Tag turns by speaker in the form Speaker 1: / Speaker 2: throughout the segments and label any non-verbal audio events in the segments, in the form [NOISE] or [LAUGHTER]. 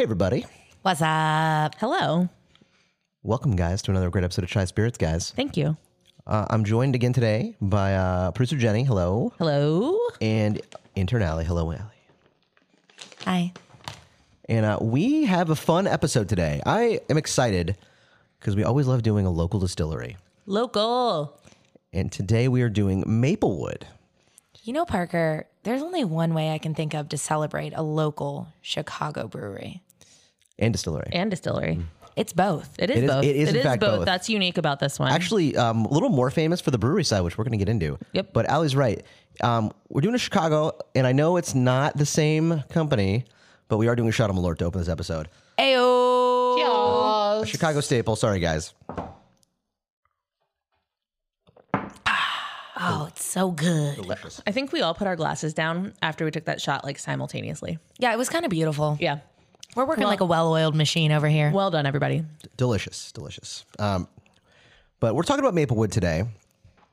Speaker 1: everybody.
Speaker 2: What's up?
Speaker 3: Hello.
Speaker 1: Welcome, guys, to another great episode of Shy Spirits, guys.
Speaker 3: Thank you.
Speaker 1: Uh, I'm joined again today by uh, producer Jenny. Hello.
Speaker 3: Hello.
Speaker 1: And intern Allie. Hello, Allie.
Speaker 2: Hi.
Speaker 1: And uh, we have a fun episode today. I am excited because we always love doing a local distillery.
Speaker 3: Local.
Speaker 1: And today we are doing Maplewood.
Speaker 2: You know, Parker, there's only one way I can think of to celebrate a local Chicago brewery.
Speaker 1: And distillery.
Speaker 3: And distillery.
Speaker 2: It's both.
Speaker 3: It is,
Speaker 1: Mm. It is-
Speaker 3: both.
Speaker 1: it is in fact both.
Speaker 3: That's unique about this one.
Speaker 1: Actually, um, a little more famous for the brewery side, which we're going to get into.
Speaker 3: Yep.
Speaker 1: But Allie's right. Um, we're doing a Chicago, and I know it's not the same company, but we are doing a shot on alert to open this episode.
Speaker 2: Ayo.
Speaker 1: A Chicago staple. Sorry, guys.
Speaker 2: Oh, it's so good.
Speaker 1: Delicious.
Speaker 3: I think we all put our glasses down after we took that shot like simultaneously.
Speaker 2: Yeah, it was kind of beautiful.
Speaker 3: Yeah.
Speaker 2: We're working like a well oiled machine over here.
Speaker 3: Well done, everybody.
Speaker 1: Delicious. Delicious. Um, but we're talking about Maplewood today.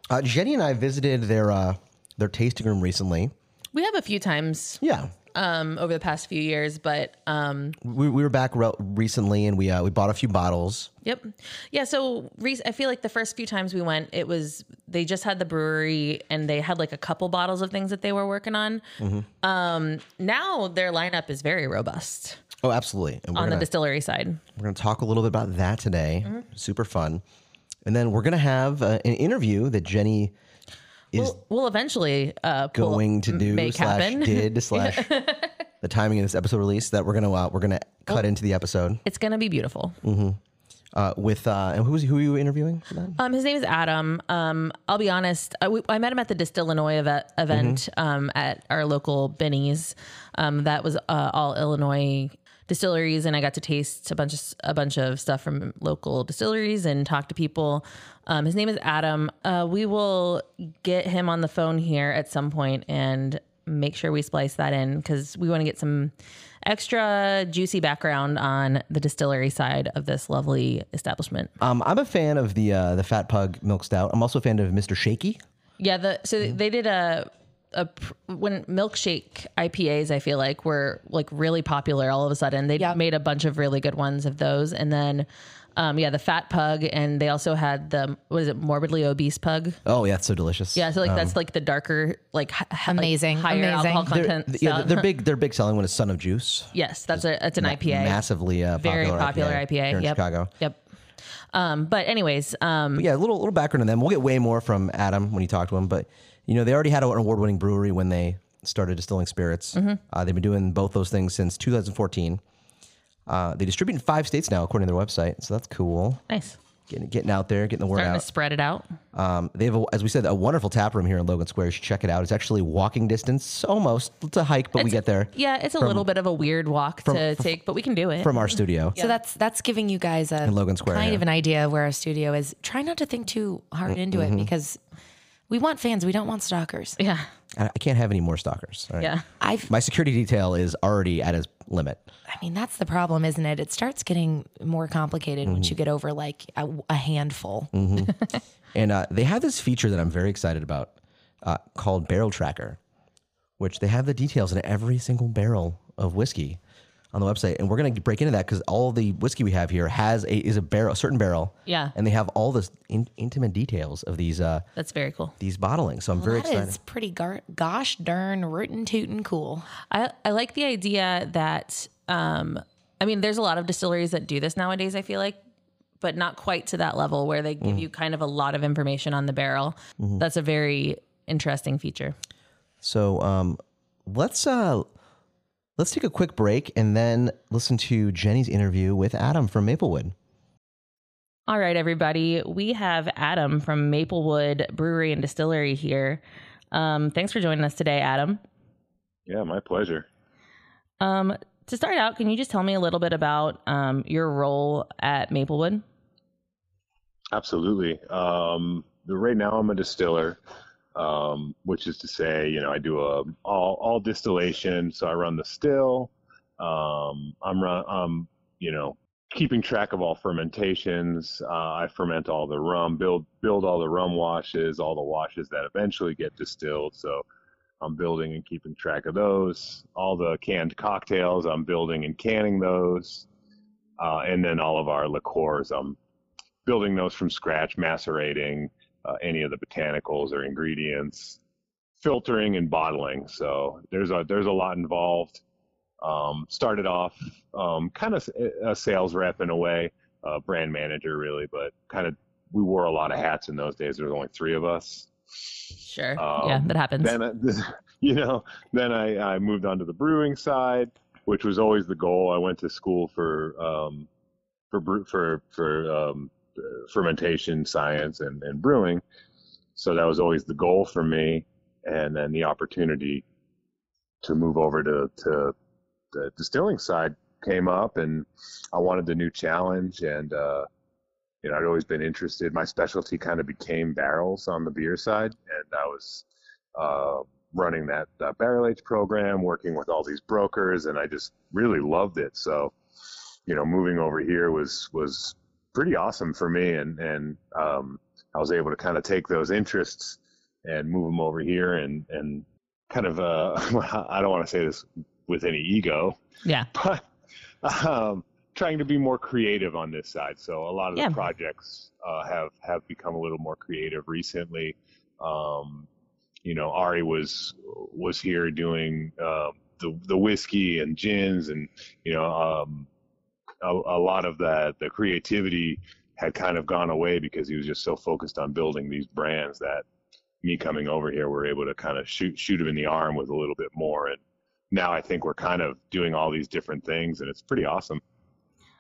Speaker 1: Uh, Jenny and I visited their uh, their tasting room recently.
Speaker 3: We have a few times
Speaker 1: Yeah.
Speaker 3: um, over the past few years, but um,
Speaker 1: We, we were back re- recently, and we uh, we bought a few bottles.
Speaker 3: Yep. Yeah. So re- I feel like the first few times we went, it was they just had the brewery and they had like a couple bottles of things that they were working on.
Speaker 1: Mm-hmm.
Speaker 3: Um, now their lineup is very robust
Speaker 1: Oh, absolutely. And we're gonna-
Speaker 3: on the Mm-hmm. distillery side.
Speaker 1: We're going to talk a little bit about that today. Super fun. And then we're going to have uh, an interview that Jenny is
Speaker 3: We'll, we'll eventually uh, pull-
Speaker 1: going to do
Speaker 3: make
Speaker 1: slash
Speaker 3: happen.
Speaker 1: did
Speaker 3: [LAUGHS]
Speaker 1: slash the timing of this episode release that we're going to uh, we're going to cut
Speaker 3: Oh.
Speaker 1: into the episode
Speaker 3: It's gonna be beautiful.
Speaker 1: uh, with uh, and who's who are you interviewing for that?
Speaker 3: Um, his name is Adam. Um, I'll be honest. I, we, I met him at the Distillinois event, event um, at our local Benny's. Um, that was uh, all Illinois distilleries, and I got to taste a bunch of a bunch of stuff from local distilleries and talk to people. Um, his name is Adam. Uh, we will get him on the phone here at some point and make sure we splice that in because we want to get some extra juicy background on the distillery side of this lovely establishment.
Speaker 1: Um, I'm a fan of the uh, the Fat Pug Milk Stout. I'm also a fan of Mr. Shaky.
Speaker 3: Yeah, the so they did a a pr- when milkshake IPAs I feel like were like really popular all of a sudden. They made a bunch of really good ones of those and then um yeah, the fat pug and they also had the what is it morbidly obese pug.
Speaker 1: Oh, yeah, it's so delicious.
Speaker 3: Yeah, so like that's like the darker like h- h- like,
Speaker 2: Amazing,
Speaker 3: higher
Speaker 2: amazing.
Speaker 3: alcohol
Speaker 1: Oh. They're-
Speaker 3: content.
Speaker 1: th- yeah,
Speaker 3: stout. [LAUGHS]
Speaker 1: their big their big selling one is Son of Juice.
Speaker 3: yes, that's a that's an IPA.
Speaker 1: Massively uh,
Speaker 3: Very popular IPA.
Speaker 1: here in
Speaker 3: yep. Mm-hmm.
Speaker 1: Chicago.
Speaker 3: Yep. Um but anyways, um
Speaker 1: But yeah, a little little background on them. We'll get way more from Adam when you talk to him, but you know they already had an award winning brewery when they started distilling spirits.
Speaker 3: Mm-hmm.
Speaker 1: Uh, they've been doing both those things since 2014. Uh, they distribute in five states now, according to their website, so that's cool.
Speaker 3: nice.
Speaker 1: Getting getting out there, getting the word
Speaker 3: Starting to
Speaker 1: out.
Speaker 3: spread it out.
Speaker 1: Um, they have, a, as we said, a wonderful tap room here in Logan Square. You should check it out. It's actually walking distance, almost. It's a hike, but we get there
Speaker 3: Yeah, it's a little bit of a weird walk to take, but we can do it.
Speaker 1: from our studio.
Speaker 2: So that's that's giving you guys a
Speaker 1: Logan Square,
Speaker 2: kind
Speaker 1: yeah.
Speaker 2: of an idea of where our studio is. Try not to think too hard into
Speaker 1: Mm-hmm.
Speaker 2: it because we want fans. We don't want stalkers.
Speaker 3: yeah.
Speaker 1: I I can't have any more stalkers. all right?
Speaker 3: Yeah.
Speaker 2: I've
Speaker 1: My security detail is already at its limit.
Speaker 2: I mean, that's the problem, isn't it? It starts getting more complicated
Speaker 1: Mm-hmm.
Speaker 2: once you get over like a, a handful.
Speaker 1: And uh, they have this feature that I'm very excited about uh, called Barrel Tracker, which they have the details in every single barrel of whiskey on the website. And we're going to break into that because all the whiskey we have here has a is a barrel, a certain barrel.
Speaker 3: Yeah.
Speaker 1: And they have all this in, intimate details of these uh,
Speaker 3: That's very cool.
Speaker 1: these bottlings. So I'm very
Speaker 2: That
Speaker 1: excited.
Speaker 2: is pretty gar- gosh darn rootin' tootin' cool.
Speaker 3: I, I like the idea that um I mean there's a lot of distilleries that do this nowadays I feel like but not quite to that level where they give you kind of a lot of information on the barrel. That's a very interesting feature.
Speaker 1: So um, let's uh, let's take a quick break and then listen to Jenny's interview with Adam from Maplewood.
Speaker 3: All right everybody, we have Adam from Maplewood Brewery and Distillery here. Um thanks for joining us today Adam.
Speaker 4: Yeah, my pleasure.
Speaker 3: Um to start out, can you just tell me a little bit about um, your role at Maplewood?
Speaker 4: Absolutely. Um, right now, I'm a distiller, um, which is to say, you know, I do a all all distillation. So I run the still. Um, I'm run. I'm you know keeping track of all fermentations. Uh, I ferment all the rum, build build all the rum washes, all the washes that eventually get distilled. So I'm building and keeping track of those. All the canned cocktails, I'm building and canning those. Uh, and then all of our liqueurs, I'm building those from scratch, macerating uh, any of the botanicals or ingredients, filtering and bottling. So there's a there's a lot involved. Um, started off um, kind of a sales rep in a way, uh, brand manager really, but kind of we wore a lot of hats in those days. There was only three of us.
Speaker 3: Sure. yeah, that happens.
Speaker 4: Then, [LAUGHS] I, you know, then I, I moved on to the brewing side, which was always the goal. I went to school for um, for bre- for for um, fermentation science and, and brewing, so that was always the goal for me. And then the opportunity to move over to to the distilling side came up, and I wanted the new challenge and. Uh, you know, I'd always been interested. My specialty kind of became barrels on the beer side, and I was uh, running that, that barrel age program, working with all these brokers, and I just really loved it. So, you know, moving over here was was pretty awesome for me, and and um, I was able to kind of take those interests and move them over here, and and kind of uh, [LAUGHS] I don't want to say this with any ego,
Speaker 3: yeah.
Speaker 4: [LAUGHS] but. Um, trying to be more creative on this side. So a lot of
Speaker 3: Yeah.
Speaker 4: the projects uh, have have become a little more creative recently. Um, you know, Ari was was here doing uh, the the whiskey and gins, and you know, um, a, a lot of that the creativity had kind of gone away because he was just so focused on building these brands that me coming over here, we're able to kind of shoot shoot him in the arm with a little bit more and. Now I think we're kind of doing all these different things, and it's pretty awesome.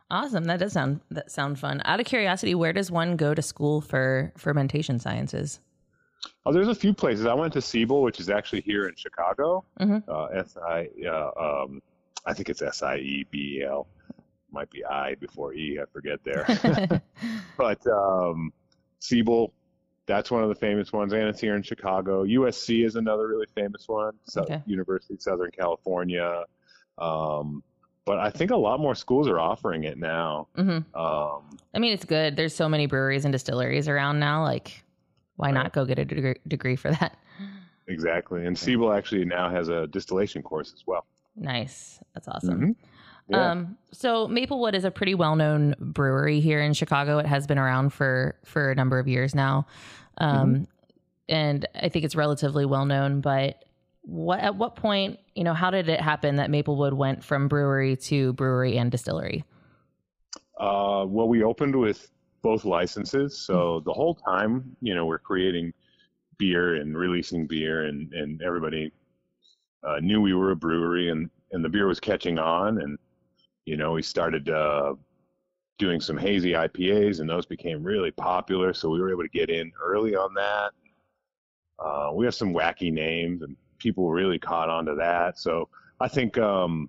Speaker 3: Awesome. That does sound that sound fun. Out of curiosity, where does one go to school for fermentation sciences? [LAUGHS]
Speaker 4: Oh, there's a few places. I went to Siebel, which is actually here in Chicago.
Speaker 3: Mhm.
Speaker 4: Uh, S I, uh, um, I think it's S I E B E L. Might be I before E. I forget
Speaker 3: [LAUGHS]
Speaker 4: there. [LAUGHS]
Speaker 3: Mm-hmm.
Speaker 4: but um, Siebel, that's one of the famous ones, and it's here in Chicago. USC is another really famous one. So
Speaker 3: Okay.
Speaker 4: University of Southern California. Um, but I think a lot more schools are offering it now.
Speaker 3: hmm
Speaker 4: Um,
Speaker 3: I mean, it's good. There's so many breweries and distilleries around now. Like, why not go get a degree, degree for that?
Speaker 4: exactly, and Siebel actually now has a distillation course as well.
Speaker 3: Nice. That's awesome.
Speaker 4: Mhm. Yeah.
Speaker 3: Um, so Maplewood is a pretty well-known brewery here in Chicago. It has been around for for a number of years now, um, and I think it's relatively well-known. But what at what point, you know, how did it happen that Maplewood went from brewery to brewery and distillery?
Speaker 4: Uh, well, we opened with both licenses, so the whole time, you know, we're creating beer and releasing beer, and and everybody uh, knew we were a brewery, and and the beer was catching on, and you know, we started uh, doing some hazy IPAs, and those became really popular, so we were able to get in early on that. Uh, we have some wacky names, and people really caught on to that. So I think um,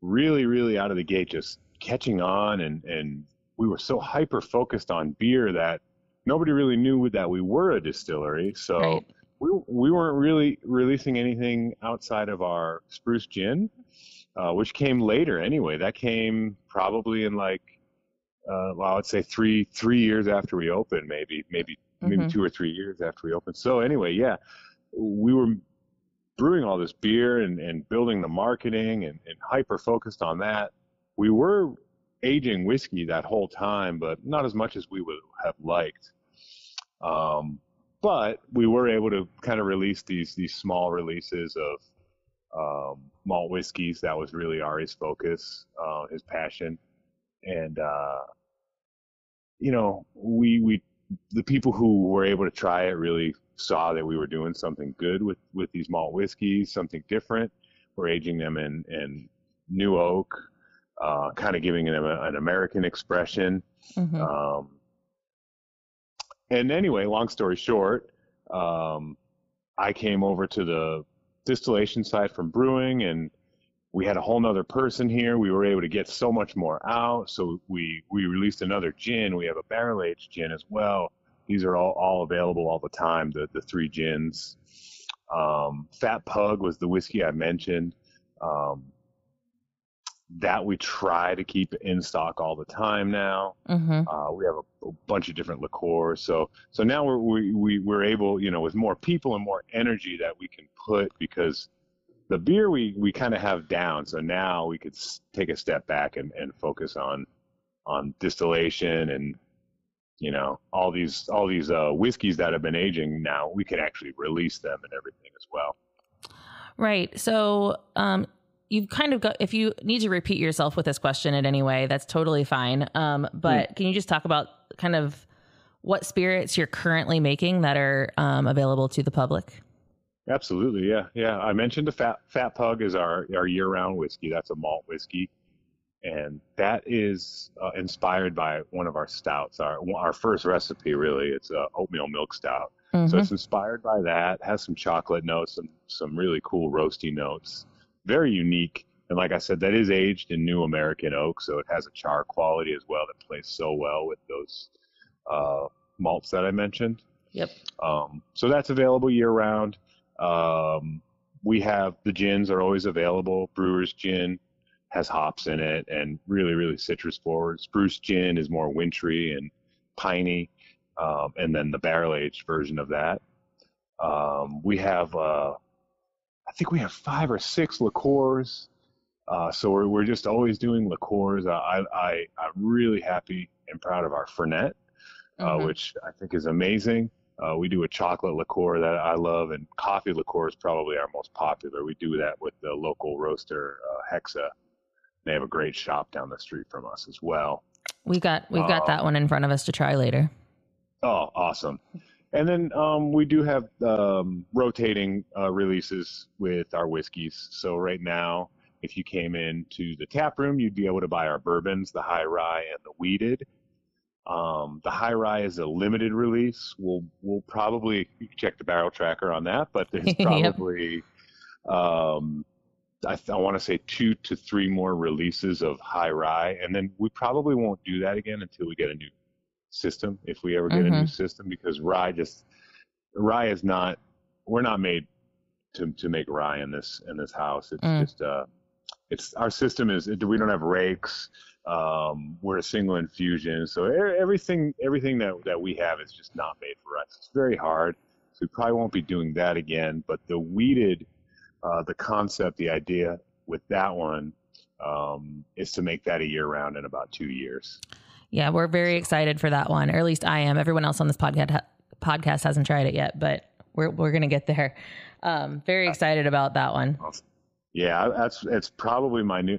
Speaker 4: really, really out of the gate, just catching on, and and we were so hyper focused on beer that nobody really knew that we were a distillery. So
Speaker 3: Right.
Speaker 4: we we weren't really releasing anything outside of our spruce gin, uh, which came later anyway. That came probably in like. Uh, well, I would say three three years after we opened, maybe maybe maybe
Speaker 3: Mhm.
Speaker 4: two or three years after we opened. So anyway, yeah, we were brewing all this beer and, and building the marketing and, and hyper focused on that. We were aging whiskey that whole time, but not as much as we would have liked. Um, but we were able to kind of release these these small releases of um, malt whiskeys. That was really Ari's focus, uh, his passion, and uh, you know, we we the people who were able to try it really saw that we were doing something good with with these malt whiskeys, something different. We're aging them in in new oak, uh, kind of giving them a, an American expression.
Speaker 3: Mhm.
Speaker 4: Um, and anyway, long story short, um, I came over to the distillation side from brewing, and we had a whole nother person here. We were able to get so much more out, so we we released another gin. We have a barrel aged gin as well. These are all, all available all the time. The the three gins. Um, Fat Pug was the whiskey I mentioned. Um, that we try to keep in stock all the time now.
Speaker 3: Mm-hmm.
Speaker 4: Uh, we have a, a bunch of different liqueurs, so so now we're we, we we're able, you know, with more people and more energy that we can put because the beer we we kind of have down. So now we could s- take a step back and, and focus on on distillation and you know all these all these uh, whiskeys that have been aging. Now we can actually release them and everything as well.
Speaker 3: Right. So, um, you've kind of got, if you need to repeat yourself with this question in any way, that's totally fine. Um, but can you just talk about kind of what spirits you're currently making that are um, available to the public?
Speaker 4: Absolutely, yeah, yeah. I mentioned the Fat Fat Pug is our our year round whiskey. That's a malt whiskey, and that is uh, inspired by one of our stouts. Our our first recipe really. It's a oatmeal milk stout. So
Speaker 3: Mhm.
Speaker 4: it's inspired by that. Has some chocolate notes, some some really cool roasty notes. Very unique. And like I said, that is aged in new American oak, so it has a char quality as well that plays so well with those uh, malts that I mentioned.
Speaker 3: Yep.
Speaker 4: Um, so that's available year round. Um, we have the gins are always available. Brewer's gin has hops in it and really, really citrus forward. Spruce gin is more wintry and piney, um, and then the barrel aged version of that. Um, we have, uh, I think we have five or six liqueurs. Uh, so we're, we're just always doing liqueurs. I, I, I, I'm really happy and proud of our Fernet uh,
Speaker 3: Mhm.
Speaker 4: which I think is amazing. Uh, we do a chocolate liqueur that I love, and coffee liqueur is probably our most popular. We do that with the local roaster, uh, Hexa. They have a great shop down the street from us as well.
Speaker 3: We've got, we've got
Speaker 4: Uh,
Speaker 3: that one in front of us to try later.
Speaker 4: Oh, awesome. And then um, we do have um, rotating uh, releases with our whiskeys. So right now, if you came into the tap room, you'd be able to buy our bourbons, the high rye and the weeded. Um, the high rye is a limited release. We'll we'll probably check the barrel tracker on that, but there's
Speaker 3: Yep.
Speaker 4: probably um, I, th- I want to say two to three more releases of high rye, and then we probably won't do that again until we get a new system if we ever get a new system because rye just rye is not we're not made to to make rye in this in this house it's
Speaker 3: Mm.
Speaker 4: just uh it's our system is we don't have rakes um we're a single infusion so e- everything everything that that we have is just not made for us it's very hard so we probably won't be doing that again but the weeded uh the concept the idea with that one um is to make that a year round in about two years
Speaker 3: Yeah. We're very excited for that one, or at least I am. Everyone else on this podcast, ha- podcast hasn't tried it yet, but we're, we're going to get there. Um,
Speaker 4: Uh,
Speaker 3: very excited about that one.
Speaker 4: Yeah, that's it's probably my new.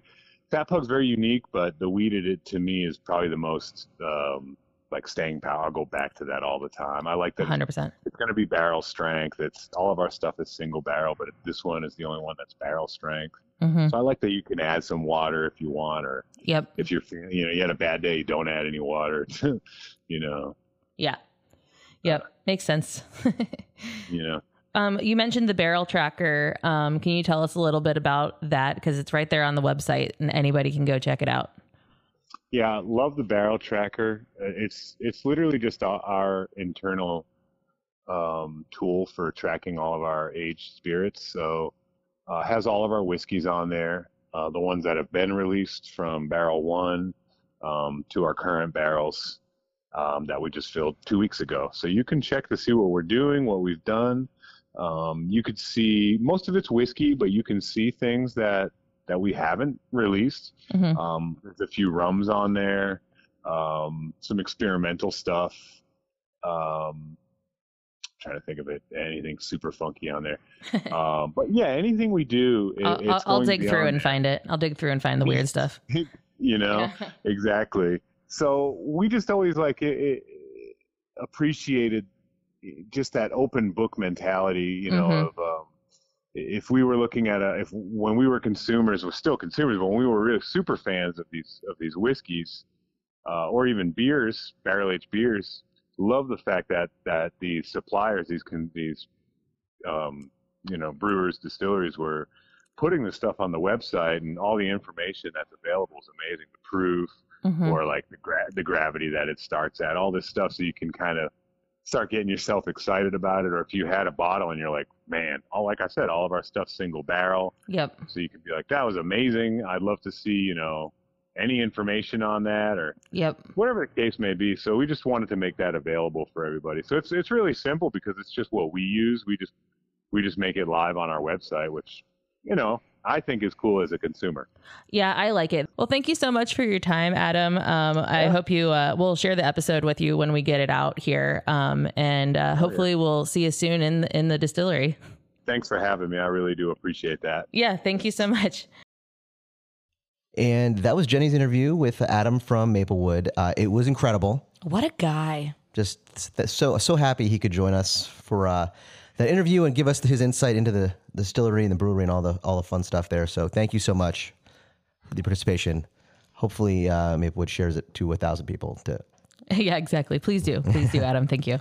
Speaker 4: Fat Pug's very unique, but the weeded it to me is probably the most um, like staying power. I'll go back to that all the time. I like that it's-
Speaker 3: 100%.
Speaker 4: it's going to be barrel strength. It's all of our stuff is single barrel, but this one is the only one that's barrel strength.
Speaker 3: hmm
Speaker 4: So I like that you can add some water if you want, or
Speaker 3: Yep.
Speaker 4: if you're feeling, you know you had a bad day, you don't add any water. [LAUGHS] you know,
Speaker 3: Yeah. Yep. Makes sense. [LAUGHS]
Speaker 4: you know.
Speaker 3: um, you mentioned the barrel tracker. Um, can you tell us a little bit about that? Because it's right there on the website and anybody can go check it out.
Speaker 4: Yeah, love the barrel tracker. Uh, It's it's literally just our, our internal um, tool for tracking all of our aged spirits. So uh, has all of our whiskeys on there, uh, the ones that have been released from barrel one um, to our current barrels um, that we just filled two weeks ago. So you can check to see what we're doing, what we've done. Um, you could see most of it's whiskey, but you can see things that that we haven't released.
Speaker 3: Mhm.
Speaker 4: Um, there's a few rums on there, um, some experimental stuff. Um, trying to think of it, anything super funky on
Speaker 3: [LAUGHS]
Speaker 4: there. um, but yeah, anything we do, it,
Speaker 3: I'll, I'll,
Speaker 4: it's
Speaker 3: I'll
Speaker 4: going
Speaker 3: dig through
Speaker 4: beyond
Speaker 3: and find it. I'll dig through and find the weird stuff. [LAUGHS]
Speaker 4: you know exactly so we just always like it, it appreciated just that open book mentality you know
Speaker 3: Mhm.
Speaker 4: of um, if we were looking at a if when we were consumers we're still consumers but when we were really super fans of these of these whiskeys uh, or even beers barrel aged beers love the fact that that these suppliers these con- these um, you know brewers distilleries were putting the stuff on the website and all the information that's available is amazing. The proof
Speaker 3: Mhm.
Speaker 4: or like the gra- the gravity that it starts at, all this stuff, so you can kind of start getting yourself excited about it, or if you had a bottle and you're like, man, all like I said, all of our stuff's single barrel,
Speaker 3: Yep.
Speaker 4: so you can be like, that was amazing. I'd love to see you know any information on that or
Speaker 3: Yep.
Speaker 4: whatever the case may be. So we just wanted to make that available for everybody. So it's it's really simple because it's just what we use. We just we just make it live on our website, which you know I think is cool as a consumer.
Speaker 3: Yeah, I like it. Well, thank you so much for your time, Adam. Um, I hope you uh, we'll share the episode with you when we get it out here, um, and
Speaker 4: Oh,
Speaker 3: uh, hopefully we'll see you soon in in the distillery.
Speaker 4: Thanks for having me. I really do appreciate that.
Speaker 3: Yeah, thank you so much. [LAUGHS]
Speaker 1: And that was Jenny's interview with Adam from Maplewood. Uh, it was incredible.
Speaker 2: What a guy.
Speaker 1: Just th- so so happy he could join us for uh, that interview and give us his insight into the the distillery and the brewery and all the all the fun stuff there. So thank you so much for the participation. Hopefully, uh, Maplewood shares it to a thousand people. To,
Speaker 3: yeah, exactly. Please do, please do, Adam. Thank you.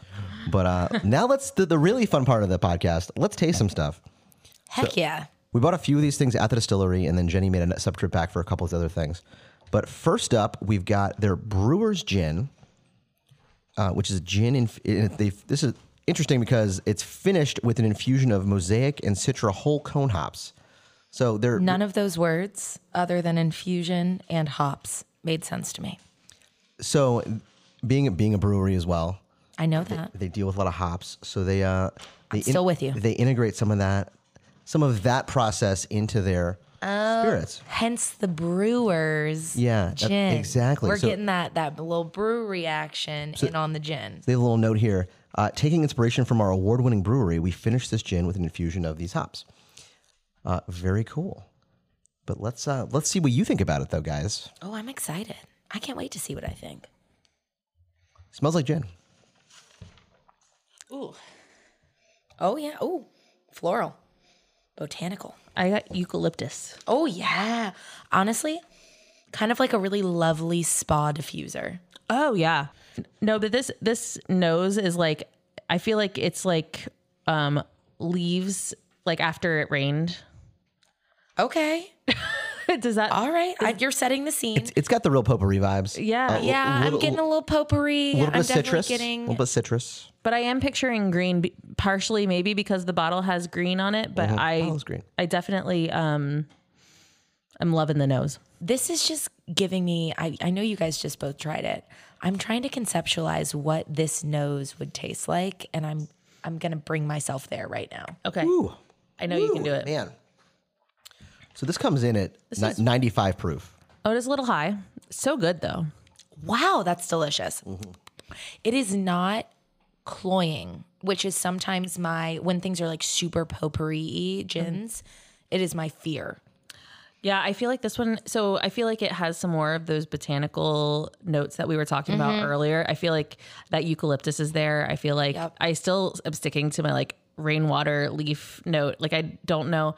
Speaker 1: but uh, [LAUGHS] now let's the, the really fun part of the podcast. Let's taste some stuff.
Speaker 2: Heck yeah.
Speaker 1: We bought a few of these things at the distillery, and then Jenny made a sub trip back for a couple of other things. But first up, we've got their Brewer's Gin, uh, which is gin. Inf- it- they, this is interesting because it's finished with an infusion of mosaic and citra whole cone hops. So they're
Speaker 2: None of those words, other than infusion and hops, made sense to me.
Speaker 1: so being being a brewery as well.
Speaker 2: I know that.
Speaker 1: They deal with a lot of hops, so they uh, they
Speaker 2: still with you.
Speaker 1: They integrate some of that some of that process into their
Speaker 2: Oh,
Speaker 1: spirits.
Speaker 2: Hence the brewers.
Speaker 1: Yeah, that-
Speaker 2: Gin.
Speaker 1: exactly.
Speaker 2: We're
Speaker 1: So-
Speaker 2: getting that that little brew reaction in on the gin.
Speaker 1: They have a little note here. Uh, taking inspiration from our award winning brewery, we finished this gin with an infusion of these hops. Uh, very cool. But let's uh, let's see what you think about it, though, guys.
Speaker 2: Oh, I'm excited. I can't wait to see what I think.
Speaker 1: smells like gin.
Speaker 2: Ooh. Oh yeah. Ooh. Floral. Botanical.
Speaker 3: I got eucalyptus.
Speaker 2: Oh yeah. Honestly, kind of like a really lovely spa diffuser.
Speaker 3: Oh yeah. No, but this this nose is like I feel like it's like um leaves like after it rained. [LAUGHS]
Speaker 2: Okay.
Speaker 3: Does that
Speaker 2: All right. I, you're setting the scene.
Speaker 1: It's, it's got the real potpourri vibes.
Speaker 3: Yeah.
Speaker 1: l-
Speaker 2: yeah,
Speaker 1: little-
Speaker 2: I'm getting a little potpourri.
Speaker 1: little bit
Speaker 2: I'm
Speaker 1: of citrus.
Speaker 2: definitely getting
Speaker 1: A little bit of citrus.
Speaker 3: But I am picturing green, be- partially maybe because the bottle has green on it. But I,
Speaker 1: Bottle's green.
Speaker 3: I definitely, um, I'm loving the nose.
Speaker 2: this is just giving me I, I know you guys just both tried it i'm trying to conceptualize what this nose would taste like and i'm i'm gonna bring myself there right now
Speaker 3: Okay,
Speaker 1: Ooh,
Speaker 3: I know you can do it.
Speaker 1: man. So this comes in at ni- 95 proof.
Speaker 3: Oh, it is a little high. So good though.
Speaker 2: wow that's delicious
Speaker 3: Mm-hmm.
Speaker 2: It is not cloying which is sometimes my when things are like super potpourri gins
Speaker 3: Mm-hmm.
Speaker 2: it is my fear
Speaker 3: Yeah, I feel like this one. So I feel like it has some more of those botanical notes that we were talking about
Speaker 2: Mm-hmm.
Speaker 3: earlier. I feel like that eucalyptus is there. I feel like
Speaker 2: Yep.
Speaker 3: I still am sticking to my like rainwater leaf note. Like I don't know.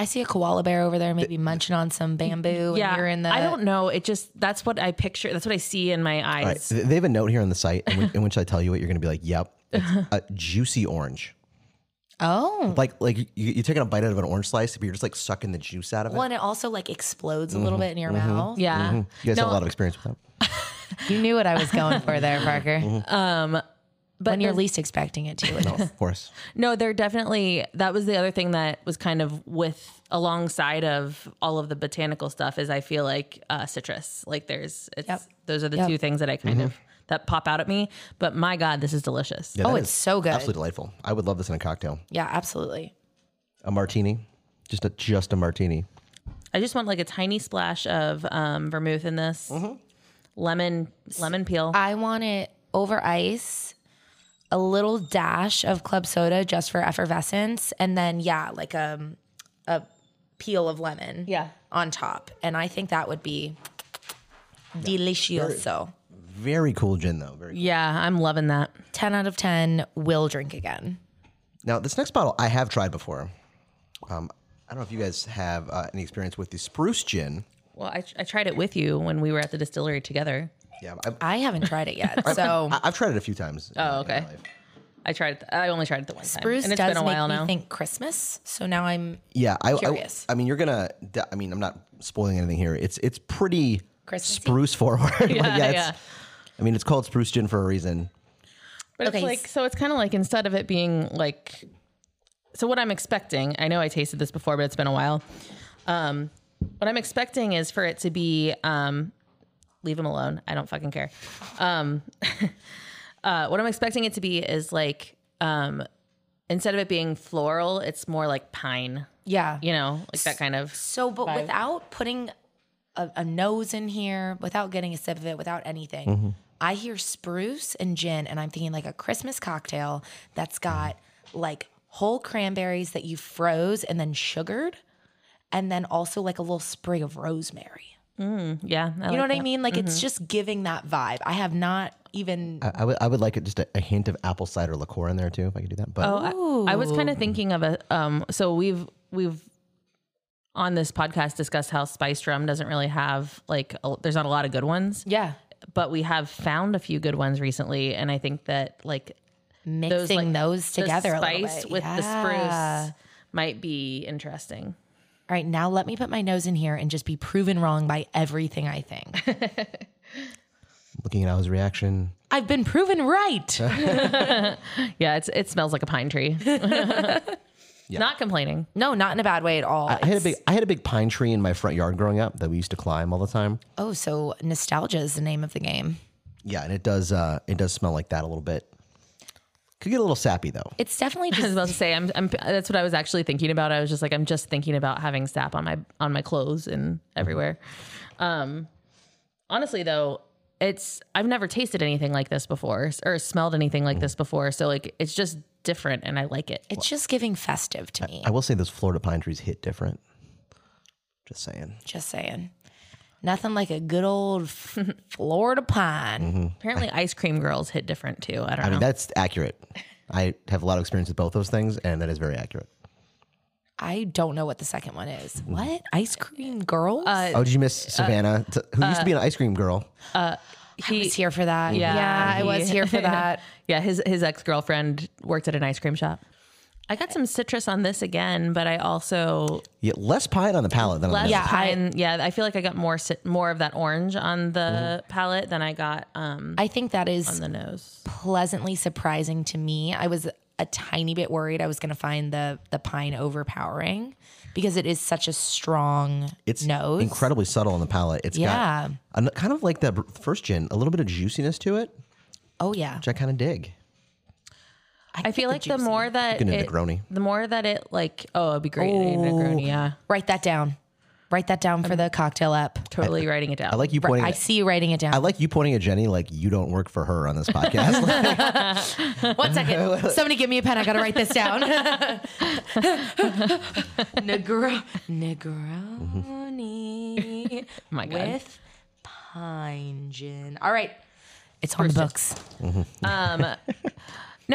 Speaker 2: i see a koala bear over there maybe munching on some bamboo
Speaker 3: Yeah,
Speaker 2: and you're in the
Speaker 3: I don't know. It just that's what I picture. That's what I see in my eyes.
Speaker 1: All right. th- They have a note here on the site in which, in which I tell you what you're going to be like, yep,
Speaker 3: [LAUGHS]
Speaker 1: it's a juicy orange.
Speaker 2: oh
Speaker 1: Like like you, you're taking a bite out of an orange slice, but you're just like sucking the juice out of it.
Speaker 2: well and it also like explodes a little
Speaker 3: Mm-hmm.
Speaker 2: bit in your mouth
Speaker 3: Yeah.
Speaker 1: You guys
Speaker 3: No,
Speaker 1: have a lot of experience with that.
Speaker 2: You knew what I was going for there, Parker.
Speaker 3: but
Speaker 2: when you're
Speaker 3: the-
Speaker 2: least expecting it to. It is.
Speaker 1: Oh, Of course.
Speaker 3: no, they're definitely that was the other thing that was kind of with alongside of all of the botanical stuff is I feel like uh, citrus. Like there's it's
Speaker 2: Yep.
Speaker 3: those are the
Speaker 2: Yep.
Speaker 3: two things that I kind of that pop out at me. But my God, this is delicious.
Speaker 1: Yeah,
Speaker 2: Oh,
Speaker 1: that
Speaker 2: it's
Speaker 1: is
Speaker 2: so good.
Speaker 1: Absolutely delightful. I would love this in a cocktail.
Speaker 2: Yeah, absolutely.
Speaker 1: A martini, just a just a martini.
Speaker 3: I just want like a tiny splash of um, vermouth in this. Lemon lemon peel.
Speaker 2: I want it over ice, a little dash of club soda just for effervescence, and then yeah, like um, a peel of lemon.
Speaker 3: Yeah.
Speaker 2: on top, and I think that would be delicioso.
Speaker 1: Very cool gin though. Very. Cool.
Speaker 3: yeah, I'm loving that.
Speaker 2: Ten out of ten. Will drink again.
Speaker 1: Now this next bottle I have tried before. Um, I don't know if you guys have uh, any experience with the spruce gin.
Speaker 3: Well, I, I tried it with you when we were at the distillery together.
Speaker 1: Yeah, I've,
Speaker 2: I haven't tried it yet, so
Speaker 1: [LAUGHS] I- I've tried it a few times. in my- in my
Speaker 3: okay.
Speaker 1: life.
Speaker 3: I tried. It, I only tried it the one
Speaker 2: Bruce
Speaker 3: time, and it's
Speaker 2: does
Speaker 3: been a while
Speaker 2: make
Speaker 3: now.
Speaker 2: me
Speaker 3: [LAUGHS]
Speaker 2: think Christmas. So now I'm
Speaker 1: Yeah, I, I,
Speaker 2: Curious.
Speaker 1: I mean, you're gonna. de- I mean, I'm not spoiling anything here. It's it's pretty
Speaker 2: Christmassy?
Speaker 1: spruce forward. [LAUGHS] Like,
Speaker 3: Yeah,
Speaker 1: it's- I mean, it's called spruce gin for a reason.
Speaker 3: But
Speaker 2: Okay,
Speaker 3: it's like so it's kind of like instead of it being like so what I'm expecting, I know I tasted this before, but it's been a while. Um what I'm expecting is for it to be um leave him alone. I don't fucking care. Um [LAUGHS] uh what I'm expecting it to be is like um instead of it being floral, it's more like pine,
Speaker 2: Yeah.
Speaker 3: you know, like that kind of
Speaker 2: So, but without putting a, a nose in here, without getting a sip of it, without anything, I hear spruce and gin, and I'm thinking like a Christmas cocktail that's got like whole cranberries that you froze and then sugared, and then also like a little sprig of rosemary.
Speaker 3: yeah.
Speaker 2: You know what I mean? Like it's
Speaker 3: Mm-hmm.
Speaker 2: just giving that vibe. I have not even.
Speaker 1: I, I would I would like it just a, a hint of apple cider liqueur in there too if I could do that. But
Speaker 3: Oh, I, I was kind of thinking of a um so we've we've on this podcast discussed how Spice Drum doesn't really have like a, there's not a lot of good ones,
Speaker 2: yeah.
Speaker 3: but we have found a few good ones recently and I think that like
Speaker 2: Mixing those,
Speaker 3: like, the
Speaker 2: together a little
Speaker 3: spice
Speaker 2: bit.
Speaker 3: with
Speaker 2: Yeah.
Speaker 3: the spruce might be interesting.
Speaker 2: All right, now let me put my nose in here and just be proven wrong by everything I think.
Speaker 1: [LAUGHS] looking at his reaction,
Speaker 2: I've been proven right.
Speaker 1: [LAUGHS]
Speaker 3: Yeah, it's it smells like a pine tree. [LAUGHS] Not complaining.
Speaker 2: No, not in a bad way at all.
Speaker 1: I had a big I had a big pine tree in my front yard growing up that we used to climb all the time.
Speaker 2: oh, so nostalgia is the name of the game.
Speaker 1: Yeah, and it does uh it does smell like that a little bit. Could get a little sappy though.
Speaker 2: It's definitely
Speaker 1: [LAUGHS]
Speaker 3: I was
Speaker 2: just
Speaker 3: about to say I'm, I'm that's what I was actually thinking about. I was just like I'm just thinking about having sap on my on my clothes and
Speaker 2: Mm-hmm.
Speaker 3: everywhere. Um honestly though, it's I've never tasted anything like this before or smelled anything
Speaker 2: Mm.
Speaker 3: like this before. So like it's just different and I like it.
Speaker 2: it's just giving festive to me.
Speaker 1: I will say those Florida pine trees hit different. Just saying.
Speaker 2: just saying. Nothing like a good
Speaker 1: [LAUGHS]
Speaker 2: old f- Florida pine.
Speaker 1: Mm-hmm.
Speaker 3: Apparently ice cream girls hit different too. I don't
Speaker 1: I
Speaker 3: know.
Speaker 1: mean that's accurate. I have a lot of experience with both those things, and that is very accurate.
Speaker 2: I don't know what the second one is.
Speaker 1: Mm-hmm.
Speaker 2: What? Ice cream girls?
Speaker 1: Oh, did you
Speaker 3: Uh,
Speaker 1: miss Savannah, t- who used to be an ice cream girl?
Speaker 2: I was here for that.
Speaker 3: Yeah,
Speaker 2: Yeah, I was
Speaker 3: he-
Speaker 1: [LAUGHS]
Speaker 2: here for that.
Speaker 3: yeah, his his ex-girlfriend worked at an ice cream shop. I got some citrus on this again, but I also
Speaker 1: Yeah, less pine on the palate than on
Speaker 3: less
Speaker 1: the
Speaker 2: Yeah,
Speaker 3: yeah,
Speaker 2: I-
Speaker 3: pine. yeah, I feel like I got more ci- more of that orange on
Speaker 2: Mm-hmm.
Speaker 3: the palette than I got
Speaker 1: Mm.
Speaker 3: um,
Speaker 2: I think that is
Speaker 3: the nose.
Speaker 2: pleasantly surprising to me. I was a tiny bit worried I was going to find the the pine overpowering because it is such a strong
Speaker 1: It's
Speaker 2: nose.
Speaker 1: incredibly subtle on the palate. It's
Speaker 2: Yeah.
Speaker 1: got an- kind of like the br- first gin, a little bit of juiciness to it,
Speaker 2: Oh yeah.
Speaker 1: which I kind of dig.
Speaker 3: I, feel like the more that
Speaker 1: Get a
Speaker 3: it,
Speaker 1: Negroni.
Speaker 3: the more that it like oh, it'd be great in a Negroni. Yeah,
Speaker 2: Write that down. Write that down for the cocktail app.
Speaker 3: totally writing it down.
Speaker 1: I like you
Speaker 2: Ri-
Speaker 1: pointing.
Speaker 2: I
Speaker 1: at-
Speaker 2: see you writing it
Speaker 1: I
Speaker 2: down.
Speaker 1: like you pointing at Jenny like you don't work for her on this
Speaker 3: [LAUGHS]
Speaker 1: podcast. Like,
Speaker 2: [LAUGHS] One
Speaker 1: [LAUGHS]
Speaker 2: second. Somebody give me a pen. I got to write this down. Negro-
Speaker 1: Mm-hmm. [LAUGHS]
Speaker 2: Negroni
Speaker 3: Oh my God.
Speaker 2: with pine gin. All right. It's on the books.
Speaker 3: no,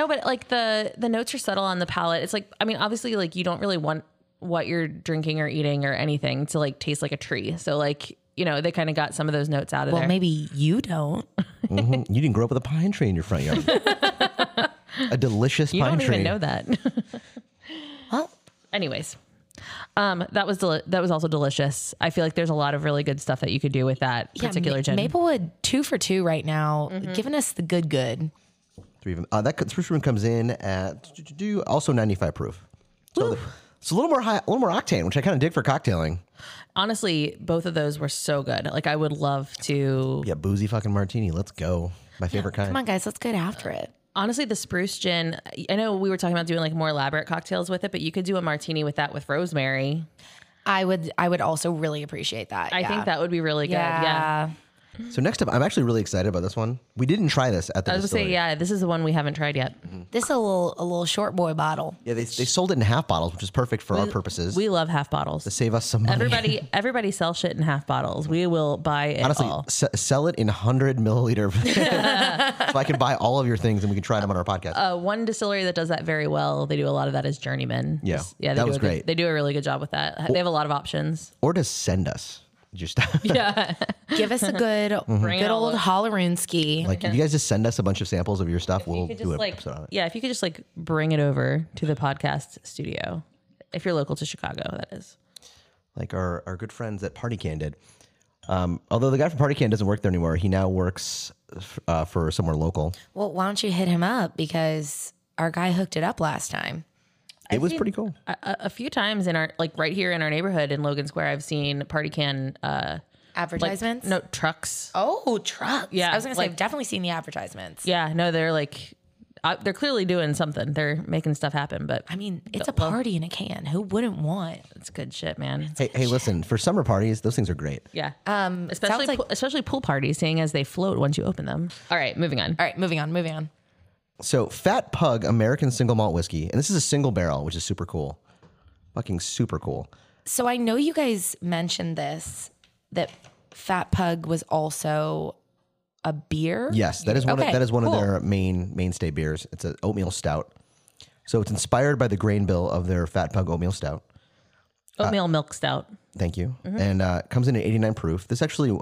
Speaker 3: but like the the notes are subtle on the palate. It's like I mean, obviously, like you don't really want what you're drinking or eating or anything to like taste like a tree. So like you know they kind of got some of those notes out of
Speaker 2: Well,
Speaker 3: there.
Speaker 2: maybe you don't.
Speaker 1: mhm, you didn't grow up with a pine tree in your front yard. a delicious
Speaker 3: you
Speaker 1: pine
Speaker 3: don't
Speaker 1: tree.
Speaker 3: even know that. [LAUGHS]
Speaker 2: Well,
Speaker 3: Anyways, um, that was deli- that was also delicious. I feel like there's a lot of really good stuff that you could do with that particular
Speaker 2: Ma-
Speaker 3: gin. Mm-hmm.
Speaker 2: Maplewood two for two right now, giving us the good good.
Speaker 1: Three of them. Uh, that spruce room comes in at also 95 proof. So, the- so a little more high, a little more octane, which I kind of dig for cocktailing.
Speaker 3: Honestly, both of those were so good. Like I would love to.
Speaker 1: Yeah, boozy fucking martini. Let's go. My favorite kind.
Speaker 2: Come on, guys, let's get after it.
Speaker 3: Honestly, the spruce gin. I know we were talking about doing like more elaborate cocktails with it, but you could do a martini with that with rosemary.
Speaker 2: I would, I would also really appreciate that.
Speaker 3: I think that would be really good. Yeah.
Speaker 2: yeah.
Speaker 1: So next up, I'm actually really excited about this one. We didn't try this at the
Speaker 3: I was gonna
Speaker 1: distillery.
Speaker 3: say, yeah, this is the one we haven't tried yet.
Speaker 1: Mm-hmm.
Speaker 2: This is a little, a little short boy bottle.
Speaker 1: Yeah, they, they sold it in half bottles, which is perfect for our purposes.
Speaker 3: We love half bottles.
Speaker 1: Save us some money.
Speaker 3: Everybody,
Speaker 1: [LAUGHS]
Speaker 3: everybody sell shit in half bottles. We will buy it
Speaker 1: Honestly,
Speaker 3: all.
Speaker 1: s- sell it in 100
Speaker 3: [LAUGHS]
Speaker 1: milliliter. so I can buy all of your things and we can try them on our podcast.
Speaker 3: uh, one distillery that does that very well. They do a lot of that as journeyman.
Speaker 1: Yeah.
Speaker 3: yeah, they
Speaker 1: That
Speaker 3: do
Speaker 1: was
Speaker 3: a,
Speaker 1: great.
Speaker 3: They do a really good job with that. They have a lot
Speaker 1: [LAUGHS]
Speaker 3: of options.
Speaker 1: or to send us just
Speaker 3: [LAUGHS]
Speaker 2: Give us a good,
Speaker 3: Bring
Speaker 2: good
Speaker 3: it all
Speaker 2: old
Speaker 3: up.
Speaker 2: Hollerunski.
Speaker 1: like if you guys just send us a bunch of samples of your stuff, we'll
Speaker 3: You could
Speaker 1: do
Speaker 3: just
Speaker 1: an
Speaker 3: like,
Speaker 1: episode on it.
Speaker 3: yeah, if you could just like bring it over to the podcast studio, if you're local to Chicago, that is.
Speaker 1: Like our, our good friends at Party Can did. Um, although the guy from Party Can doesn't work there anymore, he now works f- uh, for somewhere local.
Speaker 2: Well, why don't you hit him up because our guy hooked it up last time.
Speaker 1: It was
Speaker 3: seen-
Speaker 1: pretty cool.
Speaker 3: A, a a few times in our like right here in our neighborhood in Logan Square, I've seen party can uh like
Speaker 2: Advertisements?
Speaker 3: no trucks.
Speaker 2: Oh, trucks.
Speaker 3: Yeah,
Speaker 2: I was gonna say
Speaker 3: like-
Speaker 2: I've definitely seen the advertisements.
Speaker 3: Yeah, no, they're like uh, they're clearly doing something. They're making stuff happen, but
Speaker 2: I mean, it's a party in a can. Who wouldn't want?
Speaker 3: it's good shit, man.
Speaker 1: Hey, hey, listen, for summer parties, those things are great.
Speaker 3: Yeah. Um especially
Speaker 2: Uh, sounds like-
Speaker 3: pool, especially pool parties seeing as they float once you open them. All right, moving on.
Speaker 1: Uh,
Speaker 2: All right, moving on, moving on.
Speaker 1: So, Fat Pug American Single Malt Whiskey, and this is a single barrel, which is super cool. Fucking super cool.
Speaker 2: So I know you guys mentioned this that Fat Pug was also a beer.
Speaker 1: Yes, that is one.
Speaker 2: Okay,
Speaker 1: of, that is one
Speaker 2: cool.
Speaker 1: of their main mainstay beers. It's an oatmeal stout. So it's inspired by the grain bill of their Fat Pug oatmeal stout.
Speaker 3: Oatmeal milk stout.
Speaker 1: Thank you. And uh, comes in at 89 proof. This actually